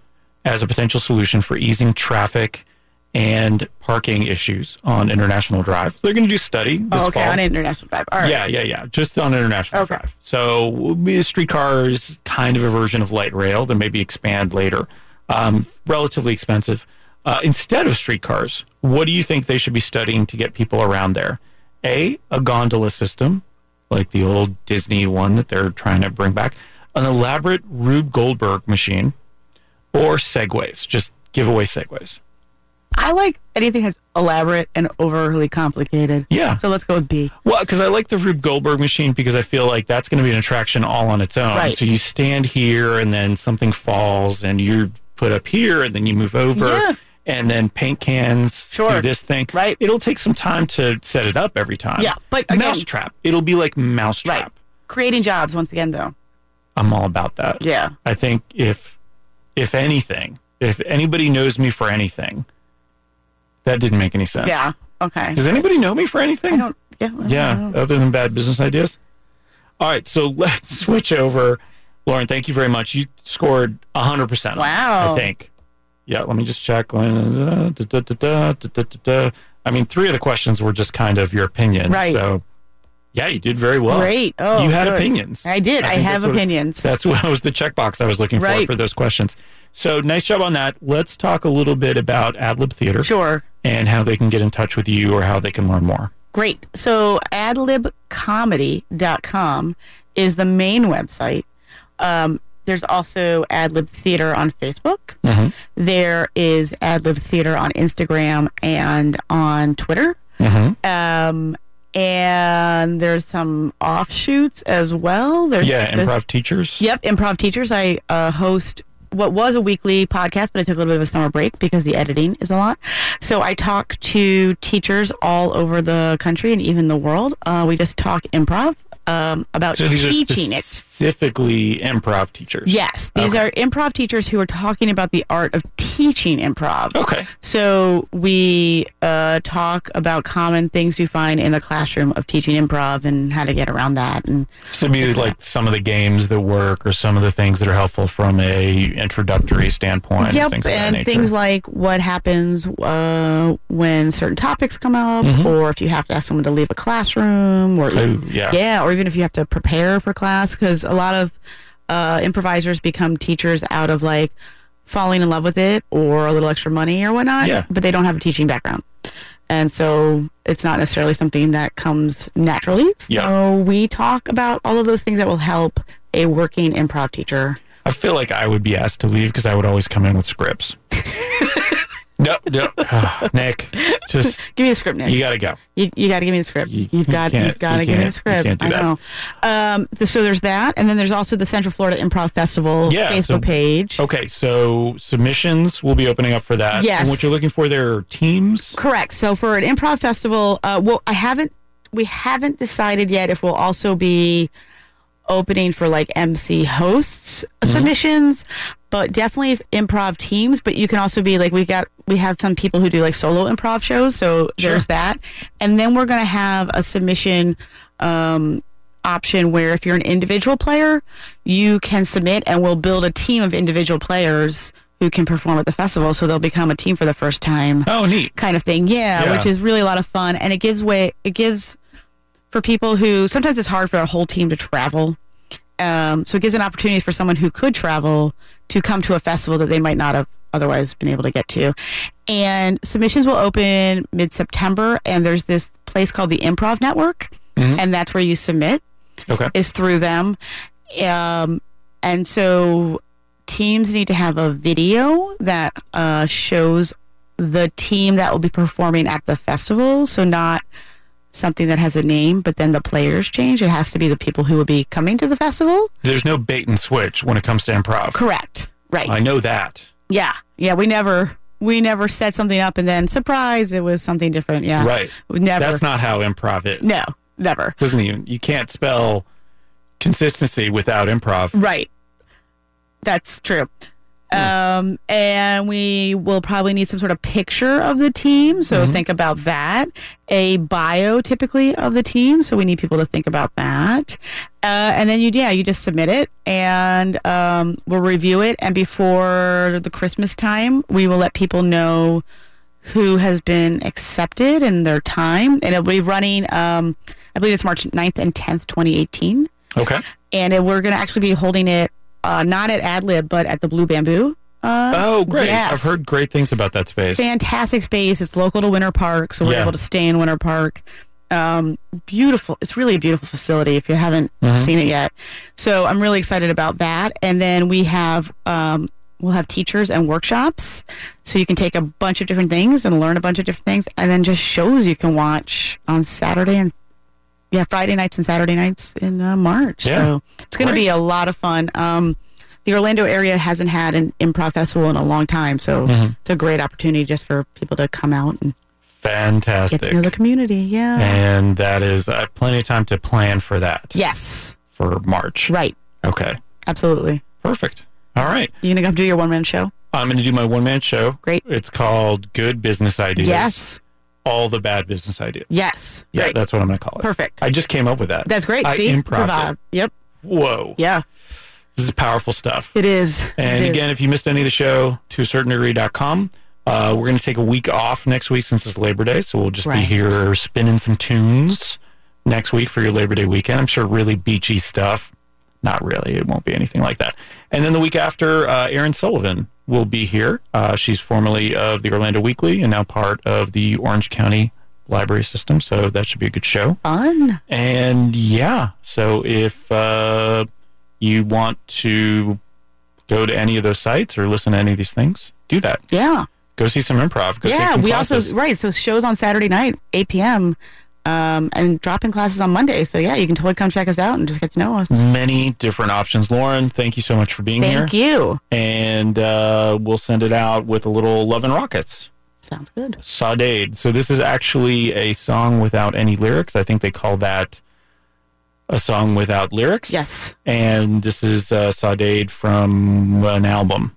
S2: as a potential solution for easing traffic and parking issues on International Drive. They're going to do a study this
S3: Oh, okay,
S2: fall.
S3: on international drive. All right.
S2: Yeah, yeah, yeah. Just on international
S3: Okay.
S2: drive. So uh, streetcars, kind of a version of light rail that maybe expand later. Um, relatively expensive. Uh, instead of streetcars, what do you think they should be studying to get people around there? A, a gondola system, like the old Disney one that they're trying to bring back, an elaborate Rube Goldberg machine, or segways. Just give away segways.
S3: I like anything that's elaborate and overly complicated.
S2: Yeah.
S3: So let's go with B.
S2: Well, because I like the Rube Goldberg machine because I feel like that's going to be an attraction all on its own.
S3: Right.
S2: So you stand here and then something falls and you're put up here and then you move over
S3: Yeah.
S2: and then paint cans do
S3: Sure.
S2: this thing.
S3: Right.
S2: It'll take some time to set it up every time.
S3: Yeah, but again-
S2: mousetrap. It'll be like mousetrap.
S3: Right. Creating jobs once again, though.
S2: I'm all about that.
S3: Yeah.
S2: I think if if anything, if anybody knows me for anything, that didn't make any sense.
S3: Yeah. Okay.
S2: Does anybody know me for anything?
S3: I don't. Yeah. I don't
S2: yeah,
S3: know.
S2: other than bad business ideas. All right, so let's switch over. Lauren, thank you very much. You scored 100%. on it,
S3: Wow.
S2: I think. Yeah, let me just check. Da, da, da, da, da, da, da, da. I mean, three of the questions were just kind of your opinion.
S3: Right.
S2: So, yeah, you did very well.
S3: Great. Oh,
S2: you had
S3: good.
S2: opinions.
S3: I did. I
S2: think
S3: have
S2: that's what-
S3: opinions.
S2: that's what was the checkbox I was looking
S3: Right.
S2: for for those questions. So, nice job on that. Let's talk a little bit about AdLib Theater
S3: Sure.
S2: and how they can get in touch with you or how they can learn more.
S3: Great. So adlibcomedy.com is the main website. Um, there's also Adlib Theater on Facebook.
S2: Mhm.
S3: There is Adlib Theater on Instagram and on Twitter.
S2: Mm-hmm.
S3: Um, and there's some offshoots as well. There's
S2: Yeah,
S3: this-
S2: improv teachers.
S3: Yep, improv teachers. I uh, host what was a weekly podcast, but I took a little bit of a summer break because the editing is a lot. So I talk to teachers all over the country and even the world. Uh, we just talk improv um, about
S2: So these
S3: teaching
S2: are
S3: it.
S2: specifically improv teachers.
S3: Yes, these are improv teachers who are talking about the art of teaching improv.
S2: Okay.
S3: So we uh, talk about common things we find in the classroom of teaching improv and how to get around that and
S2: So it'd be like some of the games that work or some of the things that are helpful from a introductory standpoint. and
S3: Yep,
S2: things of that
S3: and
S2: nature.
S3: things like what happens uh, when certain topics come up,
S2: Mm-hmm.
S3: or if you have to ask someone to leave a classroom, or
S2: Ooh, Oh, yeah.
S3: yeah, or even if you have to prepare for class, because a lot of uh, improvisers become teachers out of like falling in love with it or a little extra money or whatnot,
S2: Yeah.
S3: but they don't have a teaching background. And so it's not necessarily something that comes naturally. So
S2: Yeah.
S3: we talk about all of those things that will help a working improv teacher.
S2: I feel like I would be asked to leave because I would always come in with scripts. no, no, Nick, just
S3: Give me a script, Nick.
S2: you got to go.
S3: You, you got to give me the script.
S2: You-
S3: You,
S2: you
S3: have got
S2: can't-
S3: you've got to
S2: you
S3: give me the
S2: can't- you can't
S3: script.
S2: do
S3: I
S2: that.
S3: know. Um, th- so there's that, and then there's also the Central Florida Improv Festival
S2: Yeah,
S3: Facebook
S2: so-
S3: page.
S2: Okay, so submissions will be opening up for that.
S3: Yes.
S2: And what you're looking for there are teams.
S3: Correct. So for an improv festival, uh, well, I haven't we haven't decided yet if we'll also be opening for like MC hosts submissions, but definitely improv teams. But you can also be like we got we have some people who do like solo improv shows, so
S2: Sure.
S3: there's that. And then we're gonna have a submission um, option where if you're an individual player, you can submit, and we'll build a team of individual players who can perform at the festival, so they'll become a team for the first time
S2: Oh, neat.
S3: kind of thing. Yeah,
S2: Yeah.
S3: which is really a lot of fun, and it gives way. It gives for people who sometimes it's hard for a whole team to travel. Um, so it gives an opportunity for someone who could travel to come to a festival that they might not have otherwise been able to get to. And submissions will open mid September, and there's this place called the Improv Network,
S2: Mhm.
S3: and that's where you submit
S2: Okay.
S3: is through them. Um, and so teams need to have a video that uh, shows the team that will be performing at the festival. So, not something that has a name, but then the players change. It has to be the people who will be coming to the festival.
S2: There's no bait and switch when it comes to improv.
S3: Correct. Right.
S2: I know that.
S3: yeah. Yeah. We never. We never set something up and then surprise, it was something different. Yeah.
S2: Right.
S3: Never.
S2: That's not how improv is.
S3: Uh, no, never.
S2: Doesn't even you can't spell consistency without improv.
S3: Right. That's true. Um, and we will probably need some sort of picture of the team. So think about that. A bio typically of the team. So we need people to think about that. Uh, and then you, yeah, you just submit it and um, we'll review it. And before the Christmas time, we will let people know who has been accepted and their time. And it'll be running, um, I believe it's March 9th and 10th, 2018 Um,
S2: Okay.
S3: and it, we're going to actually be holding it uh, not at AdLib, but at the Blue Bamboo. Uh,
S2: Oh, great.
S3: yes.
S2: I've heard great things about that space.
S3: Fantastic space. It's local to Winter Park, so we're
S2: Yeah.
S3: able to stay in Winter Park. Um, beautiful. It's really a beautiful facility if you haven't
S2: Mm-hmm.
S3: seen it yet. So I'm really excited about that. And then we have um, we'll have teachers and workshops, so you can take a bunch of different things and learn a bunch of different things, and then just shows you can watch on Saturday and yeah, Friday nights and Saturday nights in uh, March.
S2: Yeah.
S3: So it's going to be
S2: Great.
S3: a lot of fun. Um, the Orlando area hasn't had an improv festival in a long time, so
S2: Mm-hmm.
S3: it's a great opportunity just for people to come out and get to know the
S2: Fantastic.
S3: community. Yeah.
S2: And that is uh, plenty of time to plan for that
S3: yes.
S2: for March.
S3: Right.
S2: Okay.
S3: Absolutely.
S2: Perfect. All right.
S3: You gonna come do your one man show?
S2: I'm going to do my one man show.
S3: Great.
S2: It's called Good Business Ideas.
S3: Yes.
S2: All the bad business ideas.
S3: Yes.
S2: Yeah,
S3: Great.
S2: that's what I'm going to call it.
S3: Perfect.
S2: I just came up with that.
S3: That's great.
S2: I
S3: See,
S2: improv.
S3: Yep.
S2: Whoa.
S3: Yeah.
S2: This is powerful stuff.
S3: It is.
S2: And
S3: It is.
S2: again, if you missed any of the show, to a certain degree.com. Uh, we're going to take a week off next week since it's Labor Day. So we'll just
S3: Right.
S2: be here spinning some tunes next week for your Labor Day weekend. I'm sure really beachy stuff. Not really. It won't be anything like that. And then the week after, uh, Erin Sullivan will be here. Uh, she's formerly of the Orlando Weekly and now part of the Orange County Library System. So that should be a good show.
S3: fun.
S2: And yeah, so if uh, you want to go to any of those sites or listen to any of these things, do that.
S3: Yeah.
S2: Go see some improv. Go take
S3: yeah.
S2: some
S3: We
S2: classes.
S3: also right. So shows on Saturday night, eight p.m. Um, and dropping classes on Monday. So yeah, you can totally come check us out and just get to know us.
S2: Mm-hmm. many different options. Lauren, thank you so much for being
S3: Thank
S2: here.
S3: you.
S2: And uh, we'll send it out with a little Love and Rockets.
S3: Sounds good.
S2: Sade. So this is actually a song without any lyrics. I think they call that a song without lyrics.
S3: Yes.
S2: and this is uh, Sade from an album.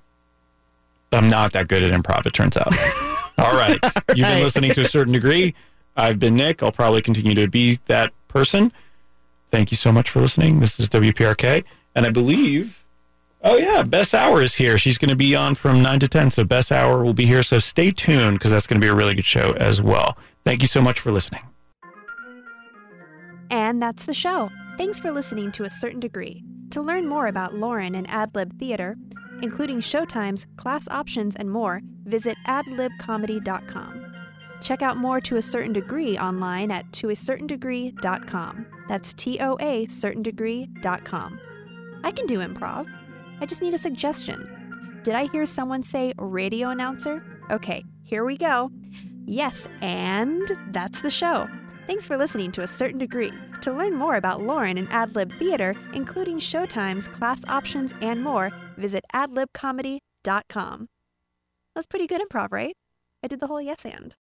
S2: I'm not that good at improv, it turns out. All right. You've been
S3: right.
S2: listening to a certain degree. I've been Nick. I'll probably continue to be that person. Thank you so much for listening. This is WPRK. And I believe, oh, yeah, Bess Hour is here. She's going to be on from 9 to 10. So Bess Hour will be here. So stay tuned because that's going to be a really good show as well. Thank you so much for listening.
S1: And that's the show. Thanks for listening to A Certain Degree. To learn more about Lauren and AdLib Theater, including showtimes, class options, and more, visit adlibcomedy.com. Check out more To A Certain Degree online at toacertaindegree.com. That's T O A certain degree.com. I can do improv. I just need a suggestion. Did I hear someone say radio announcer? Okay, here we go. Yes, and that's the show. Thanks for listening to A Certain Degree. To learn more about Lauren and AdLib Theater, including showtimes, class options, and more, visit adlibcomedy.com. That's pretty good improv, right? I did the whole yes and.